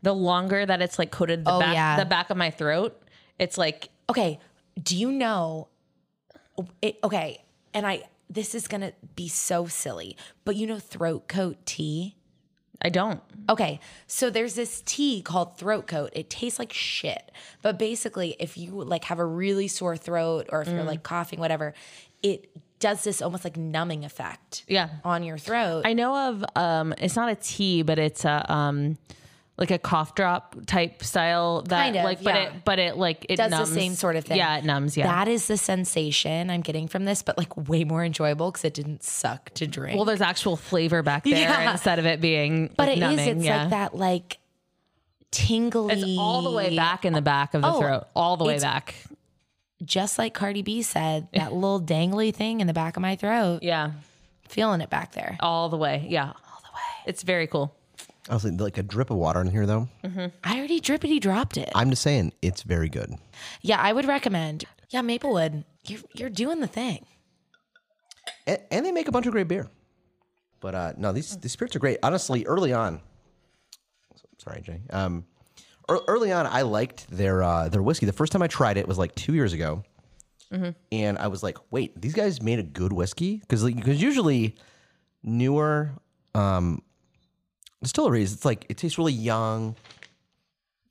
Speaker 3: the longer that it's like coated the
Speaker 2: Oh,
Speaker 3: back
Speaker 2: yeah.
Speaker 3: the back of my throat, it's like
Speaker 2: okay do you know it, okay and i this is gonna be so silly but you know throat coat tea
Speaker 3: I don't.
Speaker 2: okay so there's this tea called throat coat it tastes like shit but basically if you like have a really sore throat or if
Speaker 3: Mm.
Speaker 2: you're like coughing whatever it does this almost like numbing effect
Speaker 3: Yeah.
Speaker 2: on your throat
Speaker 3: I know of um it's not a tea, but it's a um like a cough drop type style that
Speaker 2: Kind of,
Speaker 3: like but
Speaker 2: yeah.
Speaker 3: it but it like it
Speaker 2: does
Speaker 3: numbs.
Speaker 2: the same sort of thing
Speaker 3: Yeah, it numbs, yeah.
Speaker 2: that is the sensation i'm getting from this but like way more enjoyable because it didn't suck to drink
Speaker 3: well, there's actual flavor back there
Speaker 2: Yeah.
Speaker 3: instead of it being
Speaker 2: But
Speaker 3: like,
Speaker 2: it is.
Speaker 3: numbing,
Speaker 2: It's
Speaker 3: yeah.
Speaker 2: like that, like tingly.
Speaker 3: It's all the way back in the back of the
Speaker 2: Oh,
Speaker 3: throat. All the way
Speaker 2: it's-
Speaker 3: back.
Speaker 2: Just like Cardi B said, that little dangly thing in the back of my throat,
Speaker 3: Yeah.
Speaker 2: feeling it back there.
Speaker 3: All the way. Yeah. All the way. It's very cool.
Speaker 1: I was like, like a drip of water in here though.
Speaker 2: I already drippity dropped it.
Speaker 1: I'm just saying it's very good.
Speaker 2: yeah, I would recommend. Yeah, Maplewood, you're you're doing the thing.
Speaker 1: And, and they make a bunch of great beer. But uh, no, these these spirits are great. Honestly, early on, sorry, Jay. Um, ear- early on, I liked their uh, their whiskey. The first time I tried it was like two years ago, and I was like, "Wait, these guys made a good whiskey?" Because because usually newer um, distilleries, it's like it tastes really young,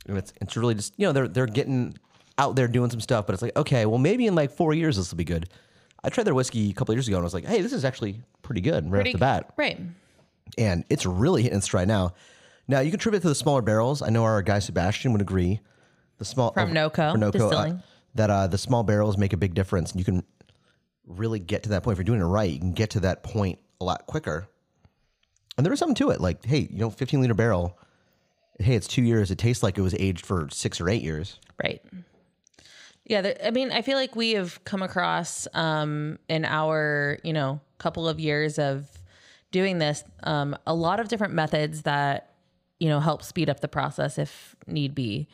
Speaker 1: and it's it's really just you know they're they're getting out there doing some stuff, but it's like okay, well maybe in like four years this will be good. I tried their whiskey a couple of years ago, and I was like, "Hey, this is actually pretty good right off the bat."
Speaker 3: Right.
Speaker 1: and it's really hitting its stride now. Now you contribute to the smaller barrels. I know our guy Sebastian would agree. The small
Speaker 3: From Noco
Speaker 1: from Noco, uh,
Speaker 3: Distilling.
Speaker 1: that uh, the small barrels make a big difference, and you can really get to that point if you're doing it right. You can get to that point a lot quicker. And there is something to it. Like, hey, you know, 15 liter barrel. Hey, it's two years. It tastes like it was aged for six or eight years.
Speaker 3: Right. Yeah, there, I mean, I feel like we have come across um, in our, you know, couple of years of doing this, um, a lot of different methods that, you know, help speed up the process if need be.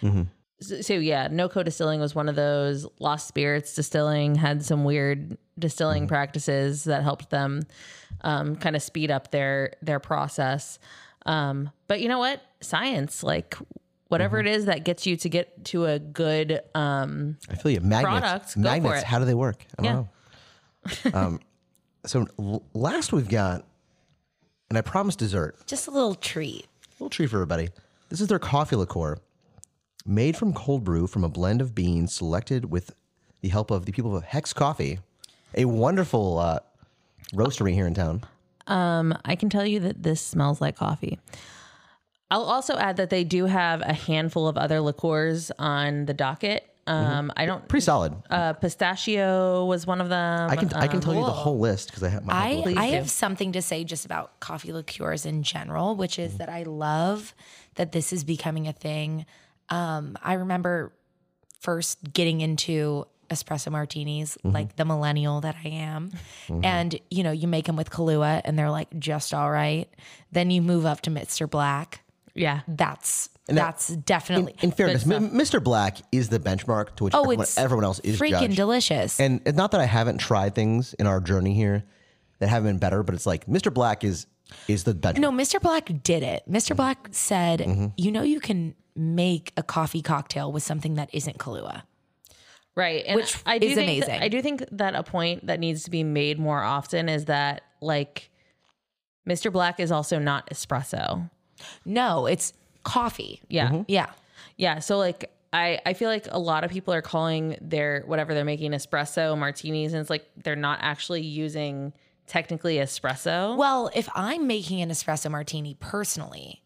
Speaker 3: So, so yeah, no co distilling was one of those. Lost Spirits Distilling had some weird distilling practices that helped them um, kind of speed up their their process. Um, but you know what? Science, like whatever
Speaker 2: Mm-hmm.
Speaker 3: it is that gets you to get to a good um,
Speaker 1: I feel you. Magnets.
Speaker 3: Products, go for
Speaker 1: magnets.
Speaker 3: it.
Speaker 1: How do they work? I don't
Speaker 3: Yeah.
Speaker 1: know. um, [LAUGHS] so l- last we've got, and I promised dessert.
Speaker 2: Just a little treat.
Speaker 1: little treat for everybody. This is their coffee liqueur, made from cold brew from a blend of beans selected with the help of the people of Hex Coffee, a wonderful uh, roastery here in town.
Speaker 3: I can tell you that this smells like coffee. I'll also add that they do have a handful of other liqueurs on the docket.
Speaker 2: Mm-hmm.
Speaker 3: Um, I don't.
Speaker 1: Pretty solid.
Speaker 3: Uh, pistachio was one of them.
Speaker 1: I can I can tell you the
Speaker 2: cool.
Speaker 1: whole list because I have my. whole
Speaker 2: I,
Speaker 1: list.
Speaker 2: I have something to say just about coffee liqueurs in general, which is that I love that this is becoming a thing. Um, I remember first getting into espresso martinis,
Speaker 1: Mm-hmm.
Speaker 2: like the millennial that I am. And, you know, you make them with Kahlua and they're like just all right. Then you move up to Mr. Black.
Speaker 3: yeah.
Speaker 2: That's
Speaker 1: that-
Speaker 2: that's definitely
Speaker 1: In fairness, M- Mr. Black is the benchmark to which
Speaker 2: oh,
Speaker 1: everyone,
Speaker 2: it's
Speaker 1: everyone else is
Speaker 2: freaking
Speaker 1: judged.
Speaker 2: delicious.
Speaker 1: and it's not that I haven't tried things in our journey here that haven't been better, but it's like Mr. Black is is the benchmark.
Speaker 2: No, Mr. Black did it. Mr. Black said,
Speaker 1: Mm-hmm.
Speaker 2: "You know, you can make a coffee cocktail with something that isn't Kahlua."
Speaker 3: Right. And
Speaker 2: Which
Speaker 3: I do
Speaker 2: is
Speaker 3: think that-
Speaker 2: amazing.
Speaker 3: I do think that a point that needs to be made more often is that like Mr. Black is also not espresso.
Speaker 2: No, it's coffee.
Speaker 1: Mm-hmm.
Speaker 3: Yeah.
Speaker 2: Yeah,
Speaker 3: Yeah. So like I, I feel like a lot of people are calling their whatever they're making espresso martinis and it's like they're not actually using technically espresso.
Speaker 2: Well, if I'm making an espresso martini personally,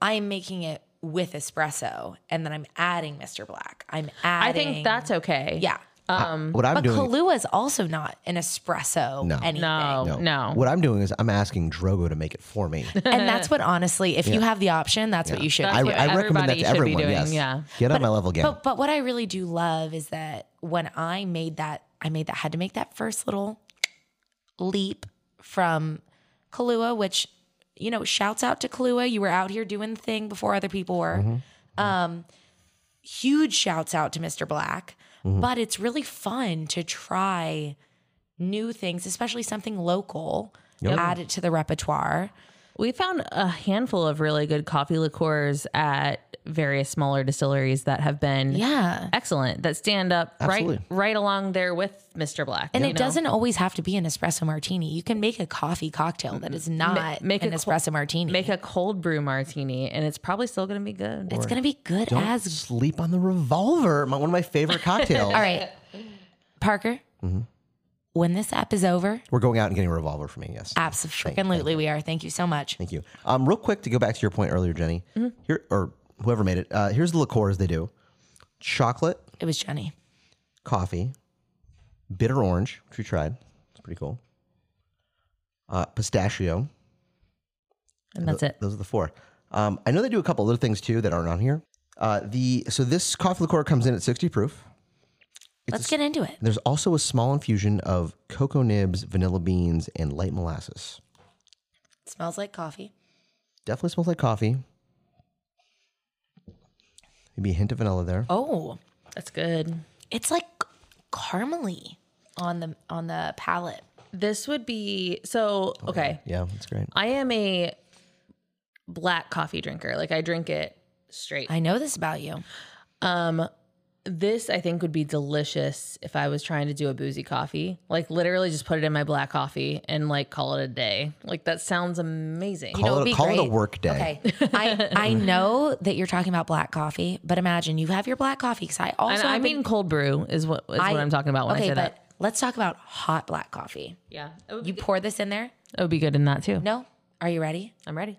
Speaker 2: I am making it with espresso, and then I'm adding Mr. Black. I'm adding.
Speaker 3: I think that's okay. Um,
Speaker 2: yeah.
Speaker 1: Uh, what I'm
Speaker 2: But
Speaker 1: doing,
Speaker 2: Kahlua is also not an espresso
Speaker 1: No.
Speaker 2: anything.
Speaker 3: No, no.
Speaker 1: what I'm doing is I'm asking Drogo to make it for me.
Speaker 2: And that's what honestly, if you have the option, that's what you should.
Speaker 1: I,
Speaker 3: what
Speaker 1: I recommend that
Speaker 3: everybody
Speaker 1: to
Speaker 3: should be
Speaker 1: everyone.
Speaker 3: doing,
Speaker 1: yes.
Speaker 3: yeah.
Speaker 1: Get on my level game.
Speaker 2: But but what I really do love is that when I made that, I made that had to make that first little leap from Kahlua, which you know, shouts out to Kahlua. You were out here doing the thing before other people were. Um, huge shouts out to Mr. Black. But it's really fun to try new things, especially something local. Add it to the repertoire.
Speaker 3: We found a handful of really good coffee liqueurs at various smaller distilleries that have been
Speaker 2: Yeah.
Speaker 3: excellent that stand up
Speaker 1: Absolutely.
Speaker 3: right right along there with Mr. Black.
Speaker 2: And
Speaker 3: you
Speaker 2: it
Speaker 3: know?
Speaker 2: doesn't always have to be an espresso martini. You can make a coffee cocktail that is not
Speaker 3: make
Speaker 2: an
Speaker 3: a co-
Speaker 2: espresso martini.
Speaker 3: make a cold brew martini and it's probably still going to be good.
Speaker 2: it's going to be good
Speaker 1: Don't
Speaker 2: as.
Speaker 1: sleep on the revolver. My, one of my
Speaker 3: [LAUGHS]
Speaker 1: favorite cocktails.
Speaker 2: All right. Parker, when this app is over,
Speaker 1: We're going out and getting a revolver for me.
Speaker 3: Ah.
Speaker 1: Yes.
Speaker 2: absolutely we are. Thank you so much.
Speaker 1: Thank you. Um, real quick to go back to your point earlier, Jenny,
Speaker 3: Mm-hmm.
Speaker 1: here or whoever made it. Uh, here's the liqueurs they do: chocolate,
Speaker 2: It was Jenny.
Speaker 1: coffee, bitter orange, which we tried. It's pretty cool. Uh, pistachio.
Speaker 3: and that's it.
Speaker 1: Those are the four. Um, I know they do a couple other things too that aren't on here. Uh, the so this coffee liqueur comes in at 60 proof.
Speaker 2: Let's get into it.
Speaker 1: There's also a small infusion of cocoa nibs, vanilla beans, and light molasses.
Speaker 2: Smells like coffee.
Speaker 1: Definitely smells like coffee. Maybe a hint of vanilla there.
Speaker 2: Oh,
Speaker 3: That's good.
Speaker 2: it's like caramely on the on the palate.
Speaker 3: This would be so okay.
Speaker 1: Yeah, that's great.
Speaker 3: I am a black coffee drinker. Like I drink it straight.
Speaker 2: I know this about you.
Speaker 3: Um, this I think would be delicious if I was trying to do a boozy coffee. Like literally, just put it in my black coffee and like call it a day. Like that sounds amazing.
Speaker 2: know,
Speaker 1: Call,
Speaker 2: it'd
Speaker 1: it,
Speaker 2: be
Speaker 1: call it a
Speaker 2: great.
Speaker 1: work day.
Speaker 2: Okay. I, I know that you're talking about black coffee, but imagine you have your black coffee because I also
Speaker 3: and I
Speaker 2: have been-
Speaker 3: mean cold brew is what is what I'm talking about when
Speaker 2: okay,
Speaker 3: I say
Speaker 2: but
Speaker 3: that.
Speaker 2: let's talk about hot black coffee.
Speaker 3: Yeah, it would,
Speaker 2: You
Speaker 3: be,
Speaker 2: pour this in there.
Speaker 3: it would be good in that too.
Speaker 2: No, are you ready?
Speaker 3: I'm ready.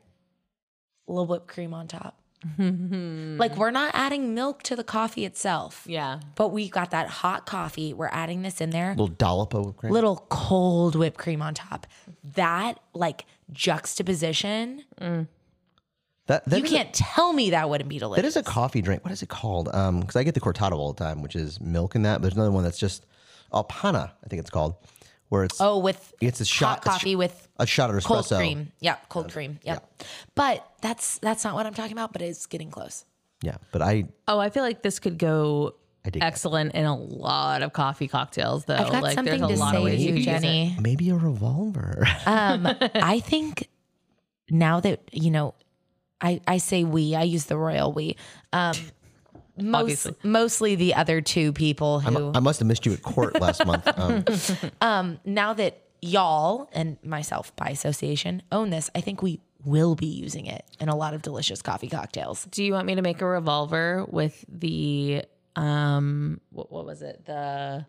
Speaker 2: A little whipped cream
Speaker 1: [LAUGHS]
Speaker 2: on top. like we're not adding milk to the coffee itself,
Speaker 3: Yeah,
Speaker 2: but we got that hot coffee. We're adding this in there.
Speaker 1: Little dollop of cream.
Speaker 2: Little cold whipped cream on top. That like juxtaposition.
Speaker 1: that, that
Speaker 2: you
Speaker 1: is a-
Speaker 2: can't tell me that wouldn't be
Speaker 1: that
Speaker 2: delicious.
Speaker 1: is a coffee drink. What is it called? Um, because I get the cortado all the time, which is milk and that. But there's another one that's just alpana, I think it's called, where it's
Speaker 2: oh, with
Speaker 1: it's a shot
Speaker 2: hot coffee with
Speaker 1: a shot of espresso. Uh,
Speaker 2: cold cream. Yeah, cold cream. Yeah. But that's that's not what I'm talking about, but it's getting close.
Speaker 1: Yeah, but I
Speaker 3: Oh, I feel like this could go
Speaker 1: I dig that.
Speaker 3: excellent in a lot of coffee cocktails, though.
Speaker 2: I've got
Speaker 3: Oh, like,
Speaker 2: something
Speaker 3: there's a
Speaker 2: to
Speaker 3: lot
Speaker 2: say
Speaker 3: of
Speaker 2: to
Speaker 3: ways you
Speaker 2: you,
Speaker 3: could use it.
Speaker 2: Jenny.
Speaker 1: maybe a revolver.
Speaker 2: [LAUGHS] I think now that you know, I I say we. I use the royal we. Um, most,
Speaker 3: Obviously.
Speaker 2: mostly the other two people who
Speaker 1: [LAUGHS] I must have missed you at court last month. Um,
Speaker 2: now that y'all and myself by association own this, I think we will be using it in a lot of delicious coffee cocktails.
Speaker 3: Do you want me to make a revolver with the um what, what was it? The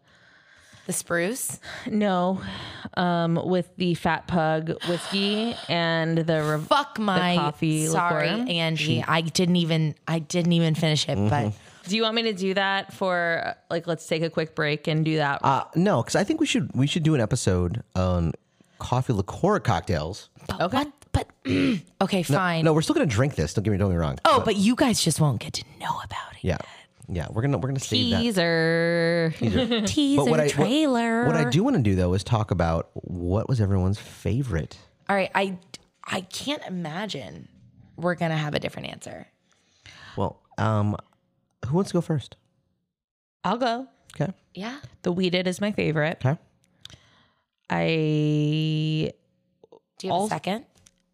Speaker 2: The spruce.
Speaker 3: no, um with the fat pug whiskey and the rev-
Speaker 2: Fuck my
Speaker 3: coffee
Speaker 2: sorry,
Speaker 3: liqueur?
Speaker 2: Angie. I didn't even I didn't even finish it, but
Speaker 3: Do you want me to do that for uh, like let's take a quick break and do that?
Speaker 1: uh, no, because I think we should we should do an episode on coffee liqueur cocktails.
Speaker 2: but what but [CLEARS THROAT] okay, fine.
Speaker 1: No, we're still gonna drink this. Don't get me don't get me wrong.
Speaker 2: oh, but you guys just won't get to know about it.
Speaker 1: yeah, yeah, we're gonna we're gonna save that.
Speaker 3: Teaser.
Speaker 2: Teaser
Speaker 1: what I- what-
Speaker 2: trailer.
Speaker 1: What I do want to do though is talk about what was everyone's favorite.
Speaker 2: All right, I I can't imagine we're gonna have a different answer.
Speaker 1: Well, um, who wants to go first?
Speaker 3: I'll go.
Speaker 1: Okay,
Speaker 2: Yeah.
Speaker 3: The weeded is my favorite.
Speaker 1: okay.
Speaker 3: I
Speaker 2: Do you have
Speaker 3: All-
Speaker 2: a second?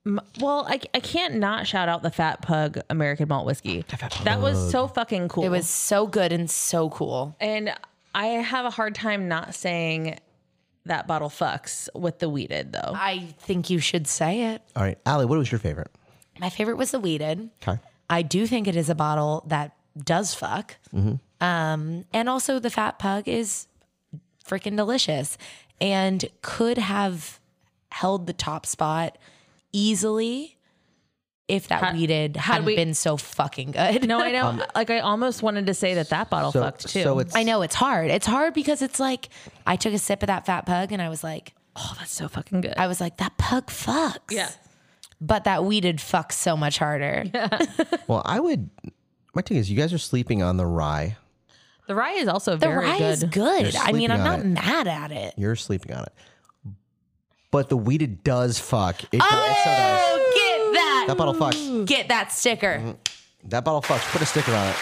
Speaker 3: M- Well, I, I can't not shout out the Fat Pug American Malt Whiskey. That was so fucking cool.
Speaker 2: It was so good and so cool.
Speaker 3: and I have a hard time not saying that bottle fucks with the weeded though.
Speaker 2: I think you should say it.
Speaker 1: All right, Allie, what was your favorite?
Speaker 2: My favorite was the weeded.
Speaker 1: Okay,
Speaker 2: I do think it is a bottle that does fuck. Um, and also the fat pug is freaking delicious and could have held the top spot easily if that weeded hadn't
Speaker 3: we-
Speaker 2: been so fucking good. [LAUGHS]
Speaker 3: No, I know. like I almost wanted to say that that bottle
Speaker 1: Um, so
Speaker 3: fucked too.
Speaker 1: so it's
Speaker 2: I know it's hard. It's hard because it's like I took a sip of that fat pug and I was like,
Speaker 3: oh, that's so fucking good.
Speaker 2: I was like, that pug fucks.
Speaker 3: yeah.
Speaker 2: But that weeded fucks so much harder.
Speaker 1: well. I would. My thing is, you guys are sleeping on the rye.
Speaker 3: The rye is also
Speaker 2: The
Speaker 3: very
Speaker 2: rye
Speaker 3: good.
Speaker 2: is good.
Speaker 1: You're
Speaker 2: I mean,
Speaker 1: sleeping
Speaker 2: I'm
Speaker 1: on
Speaker 2: not
Speaker 1: it.
Speaker 2: mad at it.
Speaker 1: You're sleeping on it, but the weeded does fuck. It, oh! it so does.
Speaker 2: Oh, get that.
Speaker 1: That bottle fucks.
Speaker 2: Get that sticker.
Speaker 1: Mm-hmm. That bottle fucks. Put a sticker on it.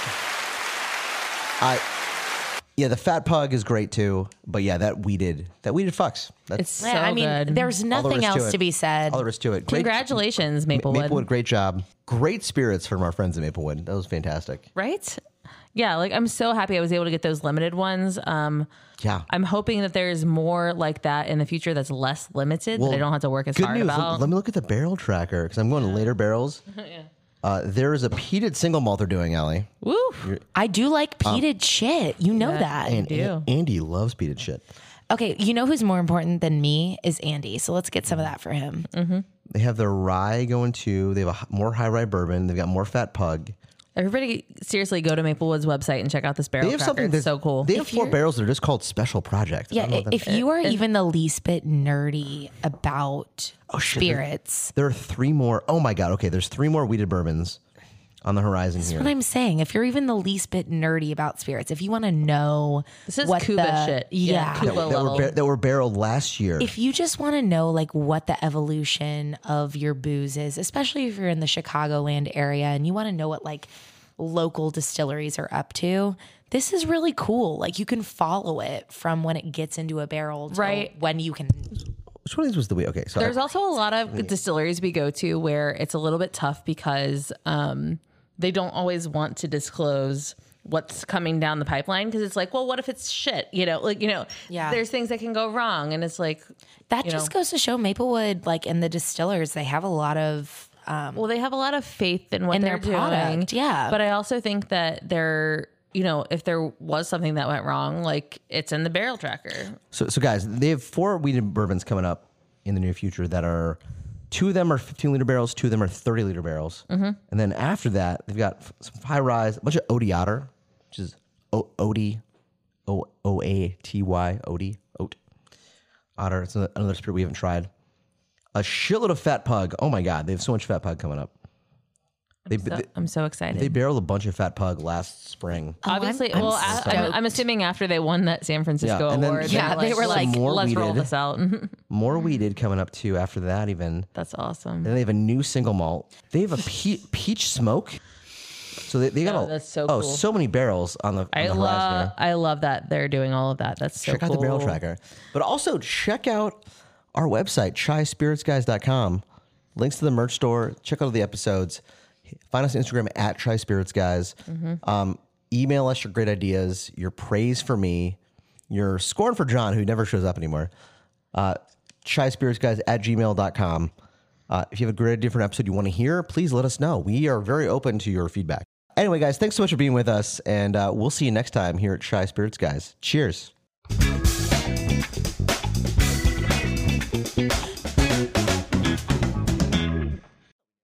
Speaker 1: I. Yeah, the fat pug is great too, but yeah, that weeded that weeded fucks. That's
Speaker 3: It's so
Speaker 2: Yeah, I mean,
Speaker 3: good.
Speaker 2: there's nothing
Speaker 1: is to
Speaker 2: else
Speaker 1: it.
Speaker 2: to, be said.
Speaker 1: all there is to it. Great,
Speaker 3: Congratulations, Maplewood.
Speaker 1: Maplewood, great job. Great spirits from our friends at Maplewood. That was fantastic.
Speaker 3: Right? Yeah, like I'm so happy I was able to get those limited ones. Um
Speaker 1: Yeah.
Speaker 3: I'm hoping that there's more like that in the future that's less limited that I don't have to work as
Speaker 1: Good
Speaker 3: hard
Speaker 1: news.
Speaker 3: about.
Speaker 1: Let, let me look at the barrel tracker because I'm going to later
Speaker 3: [LAUGHS]
Speaker 1: barrels. uh, there is a peated single malt they're doing, Allie.
Speaker 3: Woo.
Speaker 2: I do like peated shit. You know that.
Speaker 1: And
Speaker 3: do.
Speaker 1: An- Um, Andy loves peated shit.
Speaker 2: Okay, you know who's more important than me is Andy. So let's get some of that for him.
Speaker 1: Mm-hmm. They have their rye going too. They have a h- more high rye bourbon. They've got more fat pug.
Speaker 3: Everybody, seriously, go to Maplewood's website and check out this barrel
Speaker 1: They have
Speaker 3: tracker.
Speaker 1: something
Speaker 3: It's
Speaker 1: that's
Speaker 3: so cool.
Speaker 1: They have four barrels that are just called special projects. I
Speaker 2: Yeah,
Speaker 1: don't know what that-
Speaker 2: if you are even the least bit nerdy about spirits,
Speaker 1: Oh, there are three more. Oh my god. Okay, there's three more weeded bourbons on the horizon here.
Speaker 2: what I'm saying, if you're even the least bit nerdy about spirits, if you want to know
Speaker 3: this is
Speaker 2: what
Speaker 3: Cuba
Speaker 2: the-
Speaker 3: shit.
Speaker 2: yeah,
Speaker 3: Cuba
Speaker 1: that were,
Speaker 3: level.
Speaker 1: bar- that were barreled last year.
Speaker 2: if you just want to know like what the evolution of your booze is, especially if you're in the Chicagoland area and you want to know what like local distilleries are up to, this is really cool. Like you can follow it from when it gets into a barrel to
Speaker 3: Right.
Speaker 2: when you can
Speaker 1: Which one of these was the weed? Okay, so I-
Speaker 3: There's also a lot of distilleries we go to where it's a little bit tough because um, they don't always want to disclose what's coming down the pipeline because it's like, well, what if it's shit? You know, like you know,
Speaker 2: Yeah.
Speaker 3: there's things that can go wrong, and it's like,
Speaker 2: That
Speaker 3: you
Speaker 2: just
Speaker 3: know.
Speaker 2: goes to show Maplewood, like in the distillers, they have a lot of um,
Speaker 3: well, they have a lot of faith in what
Speaker 2: in
Speaker 3: they're
Speaker 2: their product.
Speaker 3: doing.
Speaker 2: Yeah,
Speaker 3: But I also think that they're, you know, if there was something that went wrong, like it's in the barrel tracker.
Speaker 1: So, so guys, they have four wheat and bourbons coming up in the near future that are two of them are 15 liter barrels, two of them are 30 liter barrels.
Speaker 3: Mm-hmm.
Speaker 1: And then after that, they've got f- some high rise, a bunch of Odie Otter, which is O O D O O A T Y Odie Oat Otter. It's another another spirit we haven't tried. A shitload of Fat Pug. Oh my God, they have so much Fat Pug coming up. They,
Speaker 3: So
Speaker 1: they,
Speaker 3: I'm so excited.
Speaker 1: they barreled a bunch of Fat Pug last spring.
Speaker 3: Obviously,
Speaker 2: Oh, I'm- I'm
Speaker 3: well, I, I'm,
Speaker 2: stoked.
Speaker 3: I'm assuming after they won that San Francisco
Speaker 1: Yeah, and then-
Speaker 3: award,
Speaker 1: Yeah,
Speaker 3: they were like,
Speaker 1: some more
Speaker 3: let's roll
Speaker 1: weeded.
Speaker 3: this out. [LAUGHS]
Speaker 1: More weeded coming up too after that, even.
Speaker 3: That's awesome.
Speaker 1: Then they have a new single malt. They have a pe- peach smoke. So they, they got
Speaker 3: Oh,
Speaker 1: a,
Speaker 3: that's so
Speaker 1: oh
Speaker 3: cool.
Speaker 1: so many barrels on the, on
Speaker 3: I
Speaker 1: the horizon.
Speaker 3: love,
Speaker 1: here.
Speaker 3: I love that they're doing all of that. That's so
Speaker 1: Check out the barrel
Speaker 3: cool.
Speaker 1: tracker, but also check out our website tryspiritsguys.com. Links to the merch store. Check out all the episodes. Find us on Instagram at tryspiritsguys.
Speaker 3: Mm-hmm.
Speaker 1: Um, email us your great ideas, your praise for me, your scorn for John, who never shows up anymore. Uh, tryspiritsguys at gmail.com. Uh, if you have a great idea for an episode you want to hear, please let us know. We are very open to your feedback. Anyway, guys, thanks so much for being with us, and uh, we'll see you next time here at Shy Spirits Guys. Cheers.